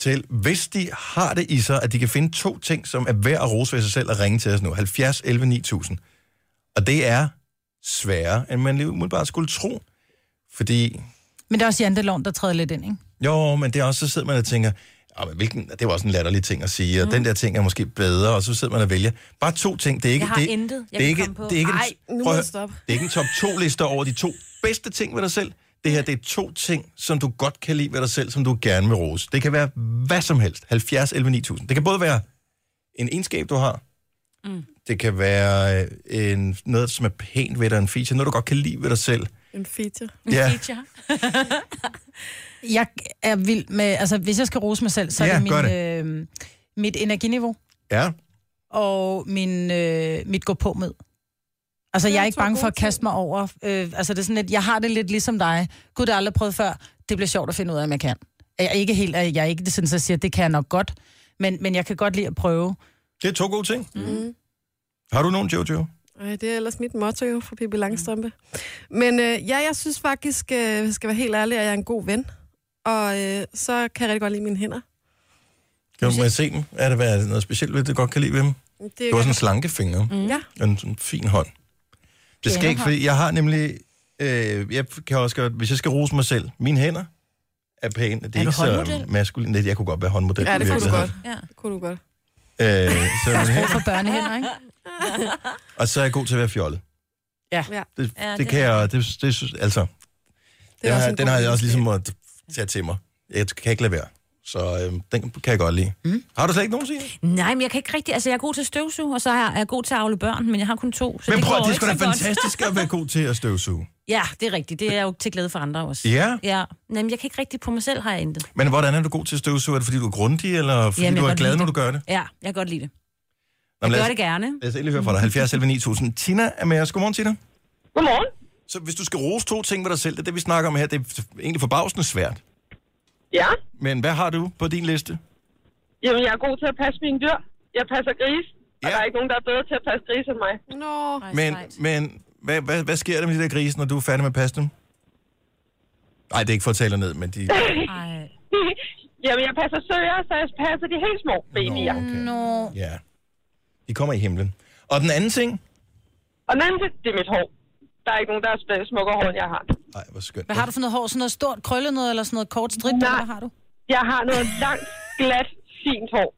[SPEAKER 1] til, hvis de har det i sig, at de kan finde to ting, som er værd at rose ved sig selv og ringe til os nu. 70 11 9000. Og det er sværere, end man lige umiddelbart skulle tro. Fordi,
[SPEAKER 2] Men der er også janteloven, der træder lidt ind, ikke? jo.
[SPEAKER 1] jo, men det er også, så sidder man og tænker, "Ah, men hvilken, det var også en latterlig ting at sige, og mm. den der ting er måske bedre, og så sidder man og vælger. Bare to ting. Det er ikke,
[SPEAKER 4] Jeg har
[SPEAKER 1] det,
[SPEAKER 4] intet, jeg
[SPEAKER 1] det er ikke,
[SPEAKER 4] kan komme på.
[SPEAKER 1] Det er ikke,
[SPEAKER 3] Ej,
[SPEAKER 1] den-
[SPEAKER 3] nu
[SPEAKER 1] prøv at
[SPEAKER 3] må du
[SPEAKER 1] høre,
[SPEAKER 3] stoppe.
[SPEAKER 1] Det er ikke en top to liste over de to bedste ting ved dig selv. Det her, det er to ting, som du godt kan lide ved dig selv, som du gerne vil rose. Det kan være hvad som helst. 70, 11, 9000. Det kan både være en egenskab, du har. Mm. Det kan være øh, en, noget, som er pænt ved dig, en feature, noget, du godt kan lide ved dig selv.
[SPEAKER 3] En feature.
[SPEAKER 1] Ja,
[SPEAKER 2] Jeg er vild med, altså hvis jeg skal rose mig selv, så
[SPEAKER 1] Ja,
[SPEAKER 2] er
[SPEAKER 1] gør
[SPEAKER 2] det, min, øh, mit energiniveau
[SPEAKER 1] ja.
[SPEAKER 2] og min, øh, mit gå på med. Altså, jeg er ikke bange for at kaste mig over. Øh, altså, det er sådan lidt, jeg har det lidt ligesom dig. Gud, det har jeg aldrig prøvet før. Det bliver sjovt at finde ud af, om jeg kan. Jeg er ikke helt, jeg er ikke sådan, så jeg siger, det kan jeg nok godt. Men, men jeg kan godt lide at prøve.
[SPEAKER 1] Det er to gode ting. Mm. Har du nogen, Jojo?
[SPEAKER 3] Ej, det er ellers mit motto jo for Pippi Langstrømpe. Men øh, ja, jeg synes faktisk, øh, skal være helt ærlig, at jeg er en god ven. Og øh, så kan jeg rigtig godt lide mine hænder.
[SPEAKER 1] Kan du må jeg se dem? Er det, hvad, er det noget specielt ved, det, du godt kan lide ved dem?
[SPEAKER 3] Det
[SPEAKER 1] Du har sådan slanke fingre. Mm.
[SPEAKER 3] Ja.
[SPEAKER 1] Og en sådan fin hånd. Det skal ikke, fordi jeg har nemlig... Øh, jeg kan også godt, hvis jeg skal rose mig selv, mine hænder er pæne. Det er, er ikke så
[SPEAKER 4] håndmodel?
[SPEAKER 1] maskulin. Jeg kunne godt være håndmodel.
[SPEAKER 3] Ja,
[SPEAKER 1] i
[SPEAKER 3] det kunne du
[SPEAKER 1] virkeligheden.
[SPEAKER 3] godt.
[SPEAKER 4] Ja.
[SPEAKER 3] Det kunne du godt.
[SPEAKER 1] Øh, så er mine hænder,
[SPEAKER 2] For børnehænder, ikke?
[SPEAKER 1] og så er jeg god til at være fjollet.
[SPEAKER 3] Ja.
[SPEAKER 1] Det, ja,
[SPEAKER 4] Ja,
[SPEAKER 1] det, det
[SPEAKER 4] det
[SPEAKER 1] kan jeg... Det, det, synes- altså,
[SPEAKER 3] er
[SPEAKER 1] den
[SPEAKER 3] også
[SPEAKER 1] har,
[SPEAKER 3] en
[SPEAKER 1] den
[SPEAKER 3] god
[SPEAKER 1] har jeg også ligesom
[SPEAKER 3] egenskab.
[SPEAKER 1] måttet tage til mig. Jeg kan ikke lade være. Så øh, den kan jeg godt lide. Mm. Har du slet ikke nogen, Signe?
[SPEAKER 4] Nej, men jeg kan ikke rigtig... Altså, jeg er god til at støvsuge, og så er jeg er jeg god til at afle børn, men jeg har kun to. Så
[SPEAKER 1] Men
[SPEAKER 4] det
[SPEAKER 1] prøv,
[SPEAKER 4] går
[SPEAKER 1] det er
[SPEAKER 4] ikke
[SPEAKER 1] sgu da
[SPEAKER 4] så godt.
[SPEAKER 1] fantastisk at være god til at støvsuge.
[SPEAKER 4] Ja, det er rigtigt. Det er jeg jo til glæde for andre også.
[SPEAKER 1] Ja,
[SPEAKER 4] Ja, Nej, men jeg kan ikke rigtig på mig selv, har jeg intet.
[SPEAKER 1] men hvordan er du god til at støvsuge? Er det fordi, du er grundig, eller fordi
[SPEAKER 4] Jamen, jeg
[SPEAKER 1] du er
[SPEAKER 4] godt
[SPEAKER 1] glad,
[SPEAKER 4] lide
[SPEAKER 1] når du
[SPEAKER 4] det.
[SPEAKER 1] gør det?
[SPEAKER 4] Ja, jeg kan godt lide det.
[SPEAKER 1] Nå, men
[SPEAKER 4] Jeg
[SPEAKER 1] lad os-
[SPEAKER 4] gør det gerne.
[SPEAKER 1] Lad os endelig høre fra dig. 70 11 9000. Tina er med os. Godmorgen, Tina.
[SPEAKER 7] Godmorgen.
[SPEAKER 1] Så hvis du skal rose to ting ved dig selv, det er det, vi snakker om her, det er egentlig forbavsende svært.
[SPEAKER 7] Ja,
[SPEAKER 1] Men hvad har du på din liste?
[SPEAKER 7] jamen jeg er god til at passe mine dyr. Jeg passer gris, og
[SPEAKER 1] Ja.
[SPEAKER 7] der er ikke nogen, der er bedre til at passe gris end mig.
[SPEAKER 3] Nå,
[SPEAKER 4] Ej,
[SPEAKER 1] Men,
[SPEAKER 4] sejt.
[SPEAKER 1] men hvad, hvad, hvad sker der med de der grise, når du er færdig med at passe dem? Nej, det er ikke for at tale dig ned, men de...
[SPEAKER 4] Ej.
[SPEAKER 7] Mm. jamen jeg passer søger, så jeg passer de helt små babyer.
[SPEAKER 1] Nå. okay. Ja. De kommer i himlen. Og den anden ting...
[SPEAKER 7] Og den anden, ting, det er mit hår. Der er ikke nogen, der er sp- smukkere hår, end jeg har.
[SPEAKER 1] Nej, hvor skønt.
[SPEAKER 2] Hvad har du for noget hår? Sådan noget stort krøllet noget, eller sådan noget kort stridt?
[SPEAKER 7] Nej.
[SPEAKER 2] eller Hvad har du?
[SPEAKER 7] Jeg har noget langt, glat, fint hår.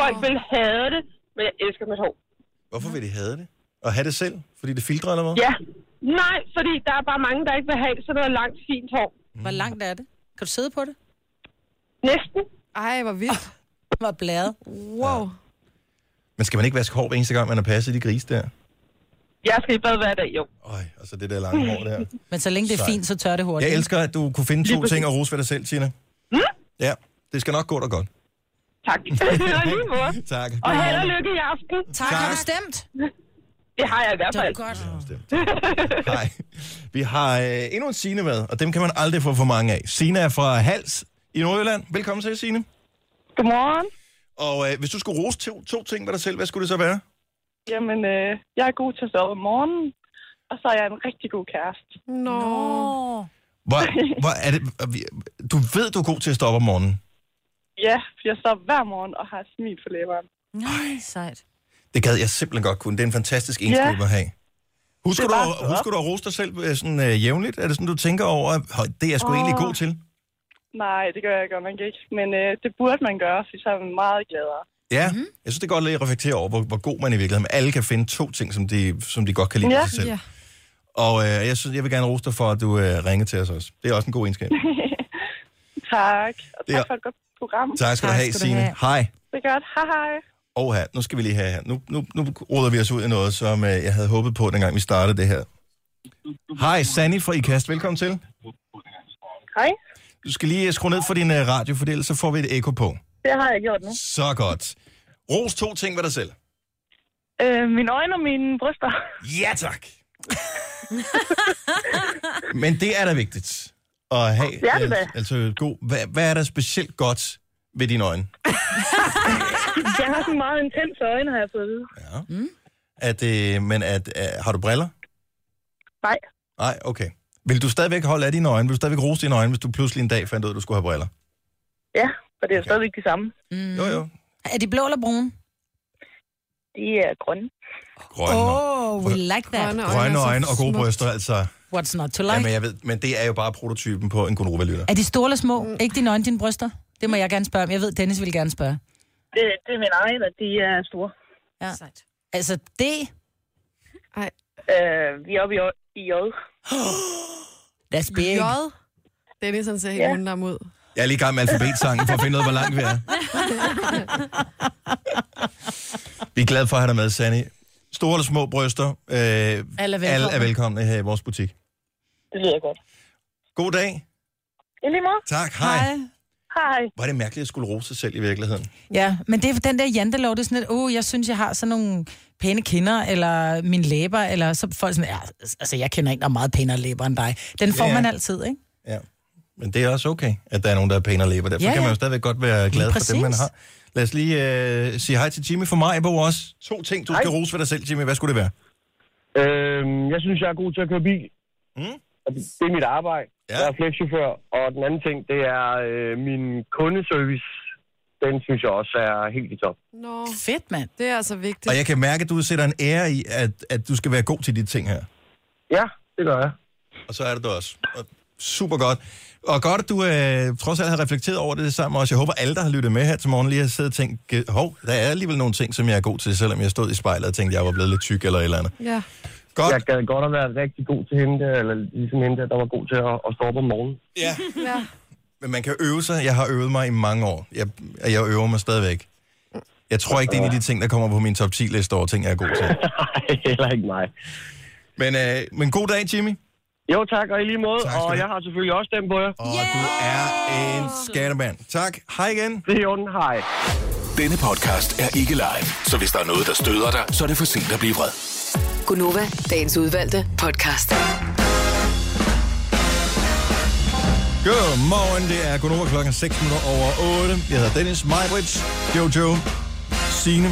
[SPEAKER 7] Folk vil have det, men jeg elsker mit hår.
[SPEAKER 1] Hvorfor vil de have det? Og have det selv? Fordi det filtrer, eller hvad?
[SPEAKER 7] Ja. Nej, fordi der er bare mange, der ikke vil have sådan noget langt, fint hår.
[SPEAKER 2] Hvor langt er det? Kan du sidde på det?
[SPEAKER 7] Næsten.
[SPEAKER 3] ej, hvor vildt.
[SPEAKER 2] Hvor bladet?
[SPEAKER 3] Wow.
[SPEAKER 1] Men skal man ikke vaske hår hver eneste gang, man har passet de grise der?
[SPEAKER 7] Jeg skal i bad hver dag, jo.
[SPEAKER 1] Øj, og så det der lange hår der.
[SPEAKER 2] Men så længe det er
[SPEAKER 1] Sejt.
[SPEAKER 2] fint, så tør det hurtigt.
[SPEAKER 1] Jeg elsker, at du kunne finde to ting og rose ved dig selv, Tina.
[SPEAKER 7] Hm?
[SPEAKER 1] Ja, det skal nok gå dig godt.
[SPEAKER 7] Tak. og lige måde.
[SPEAKER 1] Tak.
[SPEAKER 7] Og held og lykke i aften.
[SPEAKER 2] Tak, har
[SPEAKER 1] Tak.
[SPEAKER 2] du stemt?
[SPEAKER 7] Det har jeg i hvert
[SPEAKER 2] Det er
[SPEAKER 7] fald.
[SPEAKER 2] godt.
[SPEAKER 1] Hej. Vi har øh, endnu en Sine med, og dem kan man aldrig få for mange af. Sine er fra Hals i Nordjylland. Velkommen til, Sine.
[SPEAKER 7] Godmorgen.
[SPEAKER 1] Og øh, hvis du skulle rose to, to ting ved dig selv, hvad skulle det så være?
[SPEAKER 7] Jamen, øh, jeg er god til at stå op om morgenen, og så er jeg en rigtig god kæreste.
[SPEAKER 3] Nå.
[SPEAKER 1] Hvor, hvor er det, er vi- du ved, du er god til at stoppe om morgenen.
[SPEAKER 7] Ja, for jeg står op hver morgen og har et smil på læberne.
[SPEAKER 4] Nej, sejt.
[SPEAKER 1] Det gad jeg simpelthen godt kunne. Det er en fantastisk egenskab at have. Husker
[SPEAKER 7] Det
[SPEAKER 1] du,
[SPEAKER 7] er bare
[SPEAKER 1] at-
[SPEAKER 7] at stå
[SPEAKER 1] husker
[SPEAKER 7] op.
[SPEAKER 1] du at rose dig selv øh, sådan, øh, jævnligt? Er det sådan, du tænker over, at "Høj, det er jeg sgu oh. egentlig
[SPEAKER 7] Åh.
[SPEAKER 1] god til?
[SPEAKER 7] Nej, det gør jeg godt nok ikke. Men øh, det burde man gøre, for så er man meget gladere.
[SPEAKER 1] Ja, mm-hmm. jeg synes, det er godt lige at reflektere over, hvor, hvor god man i virkeligheden er. Alle kan finde to ting, som de, som de godt kan lide ja.
[SPEAKER 7] Ja.
[SPEAKER 1] sig selv.
[SPEAKER 3] Ja.
[SPEAKER 1] Og øh, jeg, synes, jeg vil gerne rose dig for, at du øh, ringede til os også. Det er også en god egenskab.
[SPEAKER 7] Tak. Og
[SPEAKER 1] Det
[SPEAKER 7] tak
[SPEAKER 1] er-
[SPEAKER 7] for et godt program.
[SPEAKER 1] Tak skal du
[SPEAKER 4] Tak
[SPEAKER 1] have,
[SPEAKER 4] skal du
[SPEAKER 1] Signe.
[SPEAKER 4] have.
[SPEAKER 1] Hej.
[SPEAKER 7] Det er godt. Hej hej.
[SPEAKER 1] Og her, nu skal vi lige have her. Nu, nu, nu råder vi os ud i noget, som øh, jeg havde håbet på, dengang vi startede det her. Hej, Sanni fra IKAST. Velkommen til.
[SPEAKER 7] Hej.
[SPEAKER 1] Du skal lige øh, skrue ned for din øh, radio, for ellers så får vi et ekko på.
[SPEAKER 7] Det har jeg gjort nu.
[SPEAKER 1] Så godt. Ros to ting ved dig selv.
[SPEAKER 7] Øh, mine øjne og mine bryster.
[SPEAKER 1] Ja, tak. Men det er da vigtigt at have.
[SPEAKER 7] Det er det da.
[SPEAKER 1] al- Altså, god. Hvad, hvad er der specielt godt ved dine øjne?
[SPEAKER 7] Jeg har sådan meget intense øjne, har jeg fået at vide.
[SPEAKER 1] Ja. Mm. At, øh, men at, øh, har du briller?
[SPEAKER 7] Nej.
[SPEAKER 1] Nej, okay. Vil du stadigvæk holde af dine øjne? Vil du stadigvæk rose dine øjne, hvis du pludselig en dag fandt ud af, at du skulle have briller?
[SPEAKER 7] Ja, for det er okay. stadigvæk det samme.
[SPEAKER 1] Mm. Jo, jo.
[SPEAKER 2] Er de blå eller brune?
[SPEAKER 7] De er grønne.
[SPEAKER 1] Grønne, oh.
[SPEAKER 2] Oh, we like that.
[SPEAKER 1] grønne
[SPEAKER 3] så
[SPEAKER 1] øjne og gode
[SPEAKER 3] smukt.
[SPEAKER 1] bryster, altså.
[SPEAKER 2] What's not to
[SPEAKER 1] Ja,
[SPEAKER 2] like?
[SPEAKER 1] men, jeg ved, men det er jo bare prototypen på en gonova-lytter.
[SPEAKER 2] Er de store eller små? Ikke dine øjne, dine bryster? Det må jeg gerne spørge om. Jeg ved, Dennis vil gerne spørge.
[SPEAKER 7] Det, det er mine egne, de er store.
[SPEAKER 4] Ja. Sejt.
[SPEAKER 2] Altså, det...
[SPEAKER 7] Øh, vi er oppe i, J- i J.
[SPEAKER 2] That's big.
[SPEAKER 3] J. Dennis, han ser helt
[SPEAKER 7] Ja.
[SPEAKER 3] undlam ud.
[SPEAKER 1] Jeg er lige i gang med alfabetsangen for at finde ud af, hvor langt vi er. vi er glade for at have dig med, Sanne. Store eller små bryster, øh, alle,
[SPEAKER 2] Alle er
[SPEAKER 1] alle er
[SPEAKER 2] velkommen.
[SPEAKER 1] velkomne her i vores butik.
[SPEAKER 7] Det lyder godt.
[SPEAKER 1] God dag.
[SPEAKER 7] I lige måde.
[SPEAKER 1] Tak, hej. hej.
[SPEAKER 7] Hej.
[SPEAKER 1] Var det mærkeligt at skulle rose sig selv i virkeligheden?
[SPEAKER 2] Ja, men det er den der jantelov, det er sådan lidt, åh, oh, jeg synes, jeg har sådan nogle pæne kinder, eller min læber, eller så er folk sådan, ja, altså jeg kender en, der er meget pænere læber end dig. Den får
[SPEAKER 1] Ja, ja.
[SPEAKER 2] man altid, ikke?
[SPEAKER 1] Ja. Men det er også okay, at der er nogen, der er pænere læber. Derfor ja,
[SPEAKER 2] Ja,
[SPEAKER 1] ja. kan man
[SPEAKER 2] ja.
[SPEAKER 1] jo stadigvæk godt være glad for dem, man
[SPEAKER 2] præcis.
[SPEAKER 1] har. Lad os lige øh, sige hej til Jimmy fra Majbo også. To ting, du skal rose ved dig selv, Jimmy. Hvad skulle det være?
[SPEAKER 8] Øhm, jeg synes, jeg er god til at køre bil.
[SPEAKER 1] Mm.
[SPEAKER 8] Og Det det er mit arbejde.
[SPEAKER 1] Ja.
[SPEAKER 8] Ja. Jeg er flexchauffør. Og den anden ting, det er øh, min kundeservice. Den synes jeg også er helt i top.
[SPEAKER 3] Nå,
[SPEAKER 2] Fedt, mand.
[SPEAKER 3] det er altså vigtigt.
[SPEAKER 1] Og jeg kan mærke, at du sætter en ære i, at, at du skal være god til de ting her.
[SPEAKER 8] Ja, det gør jeg.
[SPEAKER 1] Og så er det du også. Og Super godt. Og godt, at du øh, trods alt har reflekteret over det sammen også. Jeg håber, alle, der har lyttet med her til morgen, lige har siddet og tænkt, "Ge- hov, der er alligevel nogle ting, som jeg er god til, selvom jeg stod i spejlet og tænkte, jeg var blevet lidt tyk eller et eller andet.
[SPEAKER 3] Ja.
[SPEAKER 1] Godt.
[SPEAKER 8] Jeg gad godt at være rigtig god til hende, der, eller ligesom hende, der, der var god til at, at stå op om morgenen.
[SPEAKER 1] Ja.
[SPEAKER 3] ja.
[SPEAKER 1] Men man kan øve sig. Jeg har øvet mig i mange år. Jeg, og jeg øver mig stadigvæk. Jeg tror ikke, det er en af de ting, der kommer på min top 10-liste over ting, jeg er god til.
[SPEAKER 8] Nej, heller ikke mig.
[SPEAKER 1] Men, øh, men god dag, Jimmy.
[SPEAKER 8] Jo, tak, og i lige måde.
[SPEAKER 1] Tak skal
[SPEAKER 8] og
[SPEAKER 1] du have.
[SPEAKER 8] jeg har selvfølgelig også dem på jer.
[SPEAKER 1] Og yeah! du er en skattemand. Tak. Hej igen.
[SPEAKER 8] Det er i orden. Hej.
[SPEAKER 6] Denne podcast er ikke live, så hvis der er noget, der støder dig, så er det for sent at blive vred.
[SPEAKER 5] Gunova, dagens udvalgte podcast.
[SPEAKER 1] Godmorgen, det er Gunova klokken 6 minutter over 8. Jeg hedder Dennis Majbrits, Jojo, Signe.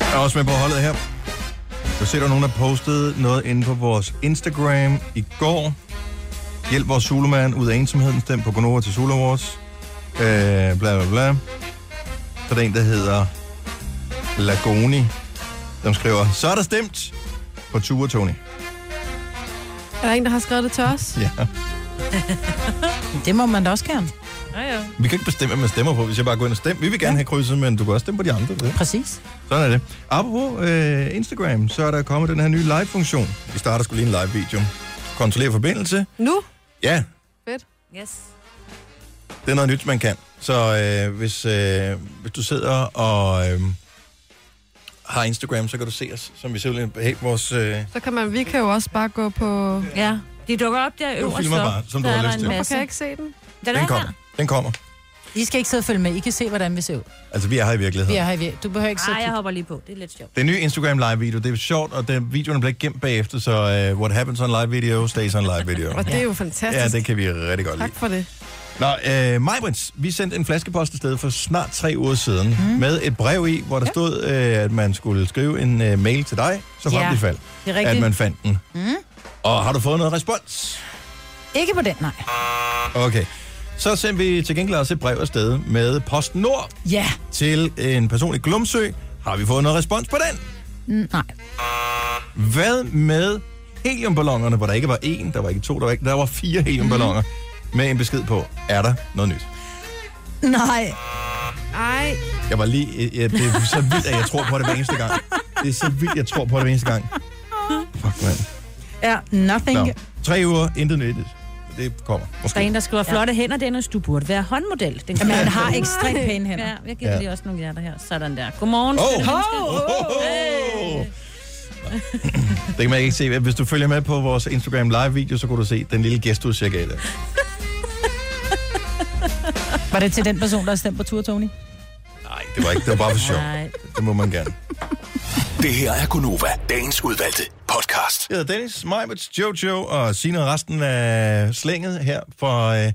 [SPEAKER 1] Jeg er også med på holdet her. Jeg ser, der er nogen, der postede noget inde på vores Instagram i går. Hjælp vores Zulemand ud af ensomheden. Stem på Gunova til Zulu Awards. Øh, bla, bla, bla. Så er der en, der hedder Lagoni, som skriver, så er der stemt på Ture, Tony.
[SPEAKER 3] Er der en, der har skrevet det til os?
[SPEAKER 1] Ja.
[SPEAKER 2] Det må man da også gerne.
[SPEAKER 4] Ja, ja.
[SPEAKER 1] Vi kan ikke bestemme, hvad man stemmer på. Hvis jeg bare går ind og stemmer. Vi vil gerne have krydset, men du kan også stemme på de andre. Det.
[SPEAKER 2] Præcis.
[SPEAKER 1] Sådan er det. Apropos øh, Instagram, så er der kommet den her nye live-funktion. Vi starter skulle lige en live-video. Kontrollere forbindelse.
[SPEAKER 3] Nu?
[SPEAKER 1] Ja,
[SPEAKER 3] Fedt.
[SPEAKER 4] Yes.
[SPEAKER 1] det er noget nyt, man kan. Så øh, hvis, øh, hvis du sidder og øh, har Instagram, så kan du se os, som vi simpelthen hey, vores... Øh,
[SPEAKER 3] Så kan man, vi kan jo også bare gå på...
[SPEAKER 4] Ja. De dukker op der øverst.
[SPEAKER 1] filmer
[SPEAKER 4] op.
[SPEAKER 1] bare, som du
[SPEAKER 4] Der
[SPEAKER 1] har
[SPEAKER 4] er der
[SPEAKER 1] lyst
[SPEAKER 4] en
[SPEAKER 1] til.
[SPEAKER 3] Hvorfor
[SPEAKER 4] masse.
[SPEAKER 3] kan jeg ikke se den?
[SPEAKER 4] Den
[SPEAKER 1] den
[SPEAKER 4] er
[SPEAKER 1] kommer.
[SPEAKER 4] her.
[SPEAKER 1] Den kommer.
[SPEAKER 2] I skal ikke sidde og følge med. I kan se, hvordan vi ser ud.
[SPEAKER 1] Altså, vi er her i
[SPEAKER 2] Vi
[SPEAKER 1] virkeligheden.
[SPEAKER 2] er her i vir- Du behøver ikke sidde
[SPEAKER 4] Ej,
[SPEAKER 2] og
[SPEAKER 4] jeg
[SPEAKER 2] kigge.
[SPEAKER 4] hopper lige på. Det er lidt sjovt.
[SPEAKER 1] Det er en ny Instagram live-video. Det er sjovt, og den, videoen bliver ikke gemt bagefter, så øh, what happens on live video, stays on live video.
[SPEAKER 3] Og det er jo
[SPEAKER 1] Ja,
[SPEAKER 3] fantastisk.
[SPEAKER 1] det kan vi rigtig godt lide.
[SPEAKER 3] Tak for det.
[SPEAKER 1] Nå, øh, Majbrits, vi sendte en flaskepost afsted for snart tre uger siden,
[SPEAKER 2] Mhm.
[SPEAKER 1] mm. med et brev i, hvor der ja. stod, øh, at man skulle skrive en øh, mail til dig, så frem
[SPEAKER 2] Ja,
[SPEAKER 1] ja. fald,
[SPEAKER 2] Det er
[SPEAKER 1] at
[SPEAKER 2] rigtigt. Mhm.
[SPEAKER 1] man fandt den. Mm. Og har du fået noget respons?
[SPEAKER 2] Ikke på den, nej.
[SPEAKER 1] Okay. Så sendte vi til gengæld også et brev afsted med PostNord
[SPEAKER 2] Ja,
[SPEAKER 1] til en person i Glumsø. Har vi fået noget respons på den?
[SPEAKER 2] nej.
[SPEAKER 1] Hvad med heliumballongerne, hvor der ikke var én, der var ikke to, der var, ikke, der var fire
[SPEAKER 2] Mhm.
[SPEAKER 1] heliumballoner, mm. med en besked på, er der noget nyt?
[SPEAKER 2] Nej.
[SPEAKER 3] Ej,
[SPEAKER 1] Jeg var lige... Ja, det er så vildt, at jeg tror på det hver eneste gang. Det er så vildt, jeg tror på det hver eneste gang. Fuck, mand.
[SPEAKER 2] Ja, nothing.
[SPEAKER 1] Nå. Tre uger, intet nyt. Det kommer.
[SPEAKER 4] Der er en,
[SPEAKER 1] Måske.
[SPEAKER 4] der skriver, flotte hænder, Dennis, du burde være håndmodel. Den
[SPEAKER 2] Men han har ekstremt pæne hænder.
[SPEAKER 4] Ja, jeg giver
[SPEAKER 1] Ja.
[SPEAKER 4] ja. lige også nogle hjerter her. Sådan der. Godmorgen.
[SPEAKER 1] Oh.
[SPEAKER 4] skønne
[SPEAKER 1] Ho,
[SPEAKER 4] mennesker.
[SPEAKER 1] Nå. Det kan man ikke se. Hvis du følger med på vores Instagram live-video, så kan du se den lille gæst, du cirka i det.
[SPEAKER 2] Var det til den person, der har stemt på tur, Tony?
[SPEAKER 1] Nej, det var ikke. Det var bare for sjov.
[SPEAKER 4] Nej.
[SPEAKER 1] Det må man gerne.
[SPEAKER 6] Det her er Gunova, dagens udvalgte podcast.
[SPEAKER 1] Jeg hedder Dennis, Majbets, Jojo og Signe og resten af slænget her fra øh,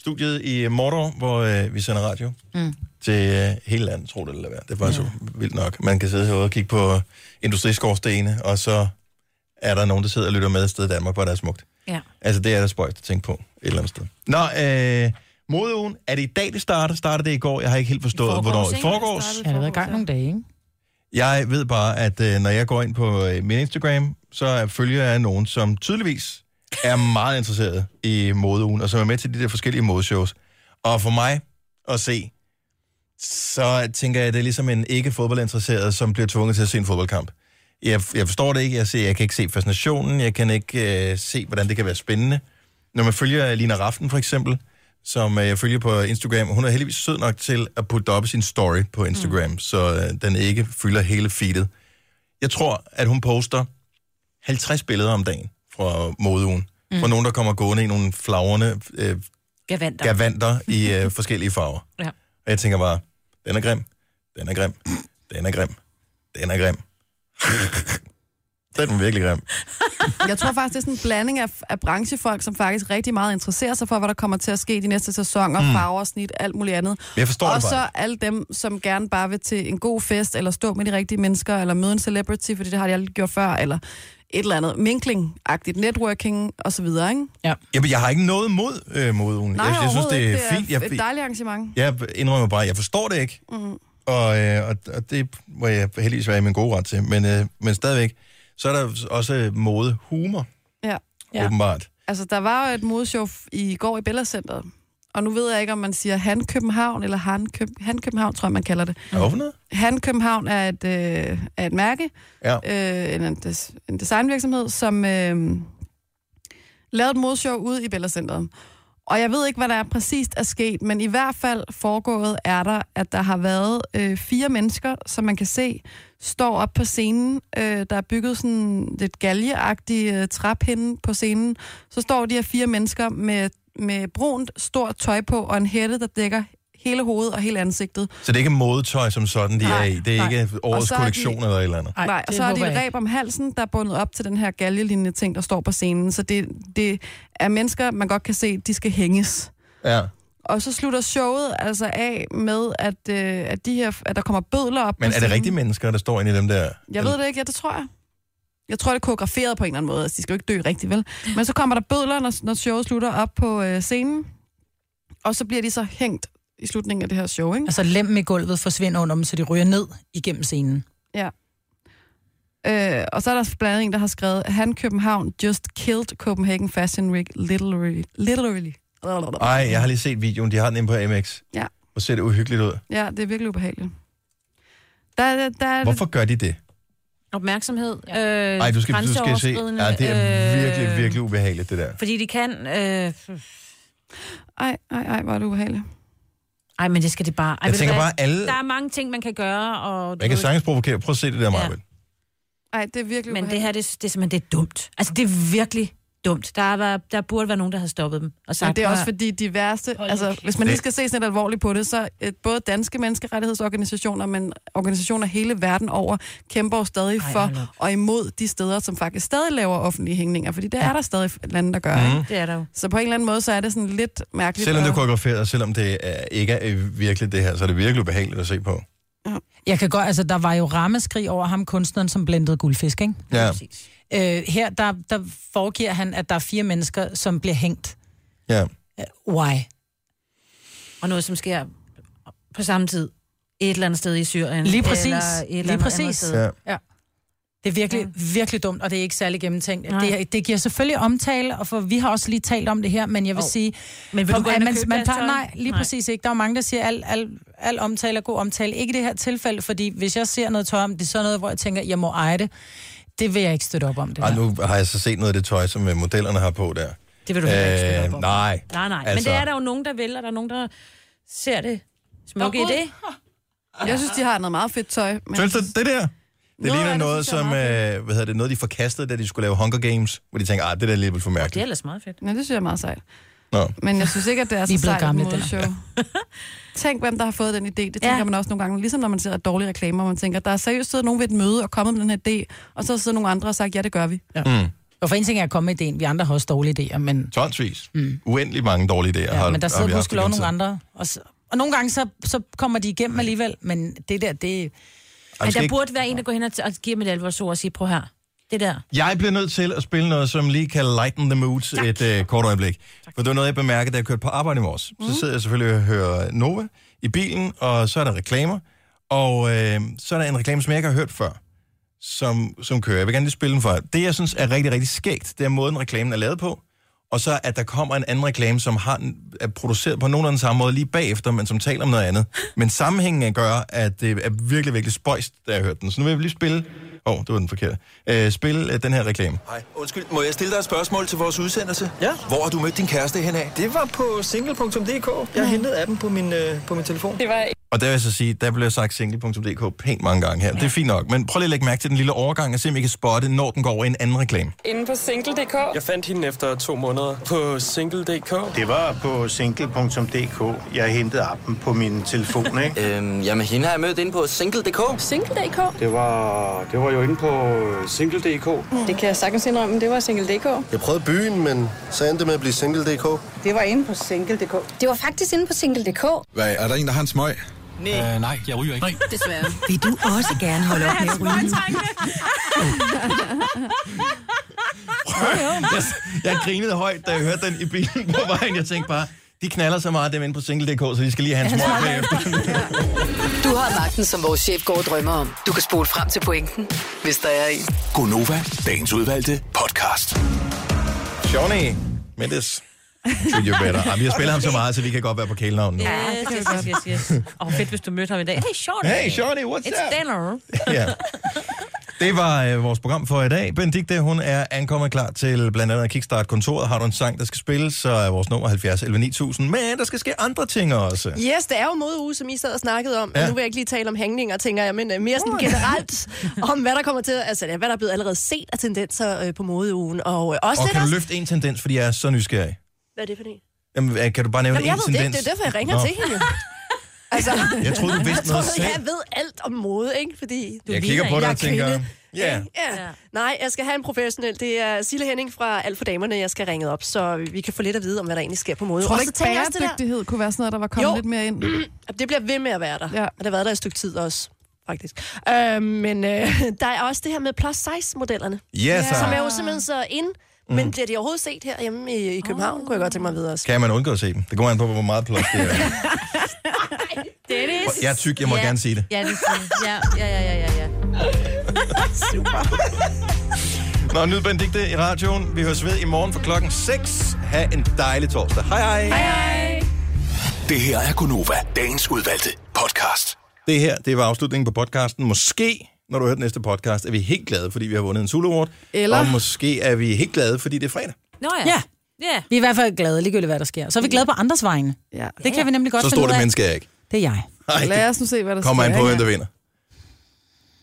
[SPEAKER 1] studiet i Mordor, hvor øh, vi sender radio mm. til øh, hele landet, tror det eller være. Det er faktisk ja. vildt nok. Man kan sidde herude og kigge på industriskorstene, og så er der nogen, der sidder og lytter med et sted i Danmark, hvor der er smukt.
[SPEAKER 4] Ja.
[SPEAKER 1] Altså, det er der spøjst at tænke på et eller andet sted. Nå, øh, modeugen, er det i dag, det starter? Starter det i går? Jeg har ikke helt forstået,
[SPEAKER 4] forgårs,
[SPEAKER 1] hvornår. I
[SPEAKER 4] ikke?
[SPEAKER 1] forgårs?
[SPEAKER 3] startede
[SPEAKER 2] Jeg har været i gang nogle dage, ikke?
[SPEAKER 1] Jeg ved bare, at øh, når jeg går ind på øh, min Instagram, så er- følger jeg nogen, som tydeligvis er meget interesseret i modeugen, og som er med til de der forskellige modeshows. Og for mig at se, så tænker jeg, at det er ligesom en ikke-fodboldinteresseret, som bliver tvunget til at se en fodboldkamp. Jeg, jeg forstår det ikke, jeg, ser, jeg kan ikke se fascinationen, jeg kan ikke øh, se, hvordan det kan være spændende. Når man følger Lina Raften for eksempel, som øh, jeg følger på Instagram, hun er heldigvis sød nok til at putte op i sin story på Instagram, mm. så øh, den ikke fylder hele feedet. Jeg tror, at hun poster 50 billeder om dagen fra modeugen. Mm. Fra nogen, der kommer gående i nogle flagrende øh,
[SPEAKER 4] Gavanter.
[SPEAKER 1] gavanter i øh, forskellige farver.
[SPEAKER 4] Ja.
[SPEAKER 1] Og jeg tænker bare, den er grim, den er grim, den er grim, den er grim. den er virkelig grim.
[SPEAKER 3] Jeg tror faktisk, det er sådan en blanding af, af branchefolk, som faktisk rigtig meget interesserer sig for, hvad der kommer til at ske i de næste sæsoner, mm. farver, snit, alt muligt andet.
[SPEAKER 1] Jeg forstår
[SPEAKER 3] og
[SPEAKER 1] det bare.
[SPEAKER 3] så alle dem, som gerne bare vil til en god fest, eller stå med de rigtige mennesker, eller møde en celebrity, fordi det har de aldrig gjort før, eller et eller andet minkling-agtigt, networking og så videre, ikke?
[SPEAKER 1] Jamen, jeg har ikke noget mod øh, modeugen.
[SPEAKER 3] Nej,
[SPEAKER 1] jeg, jeg synes,
[SPEAKER 3] overhovedet
[SPEAKER 1] det er,
[SPEAKER 3] ikke.
[SPEAKER 1] fint.
[SPEAKER 3] et
[SPEAKER 1] Jeg,
[SPEAKER 3] dejligt Mm-hmm. arrangement.
[SPEAKER 1] jeg indrømmer bare, jeg forstår det ikke. Mm. Og, øh, og, og det må jeg heldigvis være i min gode ret til. Men, øh, men stadigvæk, så er der også mode humor,
[SPEAKER 3] Ja.
[SPEAKER 1] ja.
[SPEAKER 2] Ja.
[SPEAKER 1] åbenbart.
[SPEAKER 3] Altså, der var jo et modeshow f- i går i Bella Center, og nu ved jeg ikke, om man siger han København, eller han, Køb han København, tror jeg, man kalder det.
[SPEAKER 1] Er det for noget?
[SPEAKER 3] Han København er et, øh, er et mærke,
[SPEAKER 1] Ja.
[SPEAKER 3] øh, en, en, des, en designvirksomhed, som øh, lavede et modeshow ude i Bella Centeret. Og jeg ved ikke, hvad der er præcist er sket, men i hvert fald foregået er der, at der har været øh, fire mennesker, som man kan se, står op på scenen. Øh, der er bygget sådan lidt galjeagtig øh, traphinde på scenen. Så står de her fire mennesker med, med brunt, stort tøj på og en hætte, der dækker hele hovedet og hele ansigtet.
[SPEAKER 1] Så det er ikke modetøj som sådan, de
[SPEAKER 3] Nej,
[SPEAKER 1] er i. Det er
[SPEAKER 3] nej.
[SPEAKER 1] ikke årets
[SPEAKER 3] så er de-
[SPEAKER 1] kollektion eller et eller andet.
[SPEAKER 3] Ej, Nej, og
[SPEAKER 2] det
[SPEAKER 3] så har de
[SPEAKER 2] håber
[SPEAKER 3] et
[SPEAKER 2] jeg
[SPEAKER 3] ræb om halsen, der er bundet op til den her galjelignende ting, der står på scenen. Så det, det er mennesker, man godt kan se, de skal hænges.
[SPEAKER 1] Ja.
[SPEAKER 3] Og så slutter showet altså af med, at, øh, at, de her, at der kommer bødler op på
[SPEAKER 1] Men er det
[SPEAKER 3] scenen.
[SPEAKER 1] rigtige mennesker, der står inde i dem der?
[SPEAKER 3] Jeg ved det ikke, ja, det tror jeg. Jeg tror, det er koreograferet på en eller anden måde. Altså, de skal jo ikke dø rigtigt, vel? Men så kommer der bødler, når, når showet slutter op på øh, scenen. Og så bliver de så hængt i slutningen af det her show, ikke?
[SPEAKER 2] Altså lem i gulvet forsvinder under dem, så de ryger ned igennem scenen.
[SPEAKER 3] Øh, og så er der blandt andet en, der har skrevet, han København just killed Copenhagen Fashion Week literally. literally.
[SPEAKER 1] Nej, jeg har lige set videoen. De har den inde på MX.
[SPEAKER 3] Ja.
[SPEAKER 1] Hvor ser det uhyggeligt ud.
[SPEAKER 3] Ja, det er virkelig ubehageligt. Der, der, der,
[SPEAKER 1] Hvorfor gør de det?
[SPEAKER 4] Opmærksomhed. Nej, øh,
[SPEAKER 1] Nej, du skal, du skal se.
[SPEAKER 4] grænseoverskridende,
[SPEAKER 1] Ja, det er virkelig,
[SPEAKER 4] øh,
[SPEAKER 1] virkelig ubehageligt, det der.
[SPEAKER 4] Fordi de kan... Øh,
[SPEAKER 3] Ej, ej, ej, hvor er det ubehageligt.
[SPEAKER 4] ej, men det skal det bare... Ej,
[SPEAKER 1] Jeg
[SPEAKER 4] ved du
[SPEAKER 1] tænker
[SPEAKER 4] hvad?
[SPEAKER 1] bare, alle...
[SPEAKER 4] Der er mange ting, man kan gøre, og... du
[SPEAKER 1] Man kan
[SPEAKER 4] ved-
[SPEAKER 1] sagtens provokere. Prøv at se det der, Marvel.
[SPEAKER 3] Ej, det er virkelig
[SPEAKER 4] Men det
[SPEAKER 3] ubehageligt.
[SPEAKER 4] her, det, det er simpelthen det er dumt. Altså, det er virkelig dumt. Der, er, der burde være nogen, der har stoppet dem. Og sagt,
[SPEAKER 3] Men det er også
[SPEAKER 4] "Prøv
[SPEAKER 3] fordi de værste,
[SPEAKER 4] Hold
[SPEAKER 3] altså
[SPEAKER 4] kæft.
[SPEAKER 3] hvis man lige skal se sådan lidt alvorligt på det, så et, både danske menneskerettighedsorganisationer, men organisationer hele verden over, kæmper jo stadig
[SPEAKER 4] Ej,
[SPEAKER 3] Ej, for
[SPEAKER 4] hold op.
[SPEAKER 3] og imod de steder, som faktisk stadig laver offentlige hængninger, fordi der er der stadig lande, der gør. Mm.
[SPEAKER 4] at-" det er der jo.
[SPEAKER 3] Så på en eller anden måde, så er det sådan lidt mærkeligt.
[SPEAKER 1] Mhm. Selvom det er
[SPEAKER 3] at-
[SPEAKER 1] koreograferet, og selvom det er, ikke er øh, virkelig det her, så er det virkelig ubehageligt at se på.
[SPEAKER 2] Jeg kan godt, altså der var jo rammeskrig over ham, kunstneren, som blendede guldfisk, ikke?
[SPEAKER 1] Ja,
[SPEAKER 4] Præcis.
[SPEAKER 2] Øh, her, der, der foregiver han, at der er fire mennesker, som bliver hængt.
[SPEAKER 1] ja.
[SPEAKER 2] Why?
[SPEAKER 4] Og noget, som sker på samme tid. Et eller andet sted i Syrien.
[SPEAKER 2] Lige præcis.
[SPEAKER 4] Eller et eller
[SPEAKER 2] Lige
[SPEAKER 4] andet
[SPEAKER 2] præcis.
[SPEAKER 4] andet sted.
[SPEAKER 1] ja.
[SPEAKER 2] Det er virkelig, ja. virkelig dumt, og det er ikke særlig gennemtænkt.
[SPEAKER 4] Nej.
[SPEAKER 2] Det, det giver selvfølgelig omtale, og for vi har også lige talt om det her, men jeg vil
[SPEAKER 4] Jo.
[SPEAKER 2] oh. sige...
[SPEAKER 4] Men vil du
[SPEAKER 2] for-
[SPEAKER 4] gå ind
[SPEAKER 2] at
[SPEAKER 4] og
[SPEAKER 2] man,
[SPEAKER 4] købe
[SPEAKER 2] man
[SPEAKER 4] deres
[SPEAKER 2] plejer-
[SPEAKER 4] tøj?
[SPEAKER 2] Nej, lige
[SPEAKER 4] Nej.
[SPEAKER 2] Nej. præcis ikke. Der er jo mange, der siger, at al, al, al omtale er god omtale. Ikke i det her tilfælde, fordi hvis jeg ser noget tøj om det, er sådan noget, hvor jeg tænker, jeg må eje det. Det vil jeg ikke støtte op om, det
[SPEAKER 1] Ej,
[SPEAKER 2] der.
[SPEAKER 1] nu har jeg så set noget af det tøj, som øh, modellerne har på der. Øh,
[SPEAKER 4] Det vil du heller ikke støtte op om.
[SPEAKER 1] nej.
[SPEAKER 4] Nej, nej. Altså... Men
[SPEAKER 1] Altså-
[SPEAKER 4] det er der jo nogen, der vil, og der er nogen, der ser det smukke i
[SPEAKER 2] Nå,
[SPEAKER 4] det.
[SPEAKER 3] Jeg synes, de har noget meget fedt tøj. Men
[SPEAKER 1] Synes du, det der? Det
[SPEAKER 3] af
[SPEAKER 1] ligner
[SPEAKER 3] det
[SPEAKER 1] noget,
[SPEAKER 3] synes jeg er
[SPEAKER 1] som, øh, hvad hedder det, noget, de forkastede, da de skulle lave Hunger Games, hvor de tænkte, ah, det der er alligevel for
[SPEAKER 4] Det er
[SPEAKER 1] mærkeligt.
[SPEAKER 4] ellers meget fedt.
[SPEAKER 3] Ja, det synes jeg er meget sejt.
[SPEAKER 1] Nå.
[SPEAKER 3] Men jeg synes ikke, at det
[SPEAKER 2] Vi
[SPEAKER 3] er så
[SPEAKER 2] er blevet
[SPEAKER 3] sejt
[SPEAKER 2] gamle,
[SPEAKER 3] gamle,
[SPEAKER 2] Dennis.
[SPEAKER 3] modeshow. Tænk, hvem der har fået den idé. Det
[SPEAKER 4] Ja.
[SPEAKER 3] tænker ja. man også nogle gange. Ligesom når man ser dårlige reklamer, man tænker, der er seriøst siddet nogen ved et møde og kommet med den her idé, og så sidder nogle andre og sagt, ja, det gør vi.
[SPEAKER 2] Og for en ting er at komme med ideen, vi andre har også dårlige idéer, men,
[SPEAKER 1] Tonsvis. Mm. Uendelig mange dårlige idéer.
[SPEAKER 2] ja, men
[SPEAKER 1] har
[SPEAKER 2] der
[SPEAKER 1] vi
[SPEAKER 2] sidder
[SPEAKER 1] haft igennem
[SPEAKER 2] gudskelov nogle
[SPEAKER 1] tiden.
[SPEAKER 2] andre. Og, så, og nogle gange, så, så kommer de igennem alligevel, men det der, det...
[SPEAKER 1] Ej, vi
[SPEAKER 4] Men
[SPEAKER 2] Altså,
[SPEAKER 1] skal
[SPEAKER 4] der
[SPEAKER 1] ikke-
[SPEAKER 4] burde være en, der går hen og, og giver mit alvorsord og siger, prøv her, det der.
[SPEAKER 1] Jeg bliver nødt til at spille noget, som lige kan lighten the mood tak. et øh, kort øjeblik. Tak. For det var noget, jeg bemærkede, da jeg kørte på arbejde i morges. Mm. Så sidder jeg selvfølgelig og hører Nova i bilen, og så er der reklamer. Og øh, så er der en reklame, som jeg ikke har hørt før, som, som kører. Jeg vil gerne lige spille den for jer. Det, jeg synes er rigtig, rigtig skægt, det er måden, reklamen er lavet på. Og så, at der kommer en anden reklame, som har, en- er produceret på nogenlunde den samme måde lige bagefter, men som taler om noget andet. Men sammenhængen gør, at det er virkelig, virkelig spøjst, da jeg hørte den. Så nu vil jeg lige spille... Åh, oh, det var den forkerte. Øh, spille øh, den her reklame.
[SPEAKER 6] Hej, undskyld. Må jeg stille dig et spørgsmål til vores udsendelse? Ja. Hvor har du mødt din kæreste henad?
[SPEAKER 9] Det var på single.dk. Jeg hentede appen på min, øh, på min telefon.
[SPEAKER 7] Det var
[SPEAKER 1] Og der vil jeg så sige, der blev sagt single.dk pænt mange gange her. Ja. Det er fint nok, men prøv lige at lægge mærke til den lille overgang, og se om I kan spotte, når den går over i en anden reklame.
[SPEAKER 7] inde på single.dk.
[SPEAKER 9] Jeg fandt hende efter to måneder på single.dk.
[SPEAKER 10] Det var på single.dk. Jeg hentede appen på min telefon, ikke?
[SPEAKER 11] Øhm, jamen hende har jeg mødt inde på single.dk.
[SPEAKER 7] Single.dk?
[SPEAKER 10] Det var, det var jo inde på single.dk.
[SPEAKER 7] Det kan jeg sagtens indrømme, det var single.dk.
[SPEAKER 10] Jeg prøvede byen, men så endte det med at blive single.dk.
[SPEAKER 7] Det var inde på single.dk.
[SPEAKER 12] Det var faktisk inde på single.dk.
[SPEAKER 6] Hvad, er der en, der har en smøg?
[SPEAKER 9] Øh, nej, jeg ryger ikke. Nej.
[SPEAKER 5] Desværre.
[SPEAKER 12] Vil du også gerne holde op med at ryge?
[SPEAKER 1] jeg, jeg grinede højt, da jeg hørte den i bilen på vejen. Jeg tænkte bare, de knaller så meget dem inde på single.dk, så de skal lige have en smøg bagefter.
[SPEAKER 5] Du har magten, som vores chef går og drømmer om. Du kan spole frem til pointen, hvis der er en.
[SPEAKER 6] Gonova, dagens udvalgte podcast.
[SPEAKER 1] Johnny Mendes. Should you better. Ej, vi har spillet ham så meget, så vi kan godt være på kælenavnen. Yeah.
[SPEAKER 4] Yes, yes, yes, yes, yes. Og fedt, hvis du mødte ham i dag. Hey, Shorty.
[SPEAKER 1] Hey, Johnny, what's
[SPEAKER 4] It's
[SPEAKER 1] up?
[SPEAKER 4] dinner.
[SPEAKER 1] ja. Det var øh, vores program for i dag. Benedikte, hun er ankommet klar til blandt andet Kickstart-kontoret. Har du en sang, der skal spilles, så er vores nummer 70 11 9000. Men der skal ske andre ting også.
[SPEAKER 12] Yes, det er jo modeuge, som I sad og snakkede om.
[SPEAKER 1] Ja.
[SPEAKER 12] Ja. Nu vil jeg ikke lige tale om hængninger, tænker jeg, men øh, mere
[SPEAKER 3] Uh.
[SPEAKER 12] sådan generelt om, hvad der kommer til, altså ja, hvad der er blevet allerede set af tendenser øh, på modeugen. Og øh, også
[SPEAKER 1] Og
[SPEAKER 12] det
[SPEAKER 1] kan
[SPEAKER 12] der...
[SPEAKER 1] du løfte en tendens, fordi jeg er så nysgerrig?
[SPEAKER 12] Hvad er det for en?
[SPEAKER 1] Jamen, øh, kan du bare nævne
[SPEAKER 12] Jamen, jeg
[SPEAKER 1] en
[SPEAKER 12] ved det
[SPEAKER 1] tendens?
[SPEAKER 12] ikke. Det er derfor, jeg ringer
[SPEAKER 1] Nå.
[SPEAKER 12] Nå. til hende.
[SPEAKER 7] Altså,
[SPEAKER 1] Jeg troede, du vidste
[SPEAKER 7] jeg
[SPEAKER 1] noget
[SPEAKER 7] troede,
[SPEAKER 1] selv.
[SPEAKER 7] Jeg ved alt om mode, ikke? Fordi du
[SPEAKER 1] Jeg
[SPEAKER 7] ligner
[SPEAKER 1] kigger på dig
[SPEAKER 7] en, jeg
[SPEAKER 1] og
[SPEAKER 7] er kvinde.
[SPEAKER 1] tænker, ja,
[SPEAKER 7] Ja. ja. Nej, jeg skal have en professionel. Det er Sille Henning fra Alt for Damerne, jeg skal ringe op, så vi kan få lidt at vide om, hvad der egentlig sker på mode.
[SPEAKER 3] Tror
[SPEAKER 7] Og
[SPEAKER 3] du
[SPEAKER 7] så
[SPEAKER 3] ikke,
[SPEAKER 7] tænker jeg også, det der-
[SPEAKER 3] bæredygtighed kunne være sådan noget, der var kommet
[SPEAKER 7] Jo.
[SPEAKER 3] lidt mere ind?
[SPEAKER 7] det bliver ved med at være der. Ja. Og det har været der et stykke tid også, faktisk. Øh, men øh, der er også det her med plus size modellerne.
[SPEAKER 1] Ja, så.
[SPEAKER 7] Som er jo simpelthen så ind, men
[SPEAKER 1] Mm.
[SPEAKER 7] bliver de overhovedet set herhjemme i, i København, oh. kunne jeg godt tænke mig at vide også.
[SPEAKER 1] Kan man undgå at se dem? Det går an på, hvor meget plads det er.
[SPEAKER 4] Dennis!
[SPEAKER 1] Jeg er tyk, jeg må
[SPEAKER 4] ja.
[SPEAKER 1] gerne sige det.
[SPEAKER 4] Ja, det er fint. ja, ja, ja, ja, ja, ja. Super.
[SPEAKER 1] Nå, nyd Benedikte i radioen. Vi høres ved i morgen for klokken 6. Ha' en dejlig torsdag. Hej hej. Hej
[SPEAKER 4] hej.
[SPEAKER 6] Det her er Gunova, dagens udvalgte podcast.
[SPEAKER 1] Det her, det var afslutningen på podcasten. Måske, når du hører den næste podcast, er vi helt glade, fordi vi har vundet en Zulu Award.
[SPEAKER 2] Eller-
[SPEAKER 1] Og måske er vi helt glade, fordi det er fredag.
[SPEAKER 4] Nå ja.
[SPEAKER 2] ja.
[SPEAKER 4] Ja.
[SPEAKER 2] Vi er i hvert fald glade, ligegyldigt hvad der sker. Så er vi glade på andres vegne.
[SPEAKER 3] Ja.
[SPEAKER 2] Det kan vi nemlig godt
[SPEAKER 1] Så
[SPEAKER 2] finde
[SPEAKER 1] stort
[SPEAKER 2] ud
[SPEAKER 1] et
[SPEAKER 2] af.
[SPEAKER 1] menneske er jeg ikke.
[SPEAKER 2] Det er jeg.
[SPEAKER 1] Ej,
[SPEAKER 3] Lad os nu se, hvad der
[SPEAKER 1] Kommer
[SPEAKER 3] sker.
[SPEAKER 1] an på,
[SPEAKER 3] ikke?
[SPEAKER 1] hvem der vinder.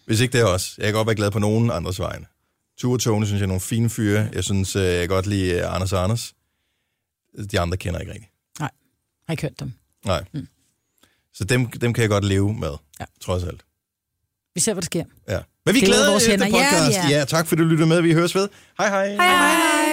[SPEAKER 1] Hvis ikke det er os. Jeg kan godt være glad på nogen andres vegne. Ture og Tone synes jeg er nogle fine fyre. Jeg synes, øh, jeg kan godt lide øh, Anders og Anders. De andre kender jeg ikke rigtig.
[SPEAKER 2] Nej, har ikke hørt dem.
[SPEAKER 1] Nej. Mm. Så dem, dem kan jeg godt leve med, ja. trods alt.
[SPEAKER 2] Vi ser, hvad der sker.
[SPEAKER 1] Ja. Men vi
[SPEAKER 2] Det er
[SPEAKER 1] glæder os
[SPEAKER 2] vores
[SPEAKER 1] til
[SPEAKER 2] hænder. Ja,
[SPEAKER 1] podcast.
[SPEAKER 2] vi er.
[SPEAKER 1] Ja, tak fordi du lyttede med. Vi høres ved. Hej hej.
[SPEAKER 2] Hej, hej.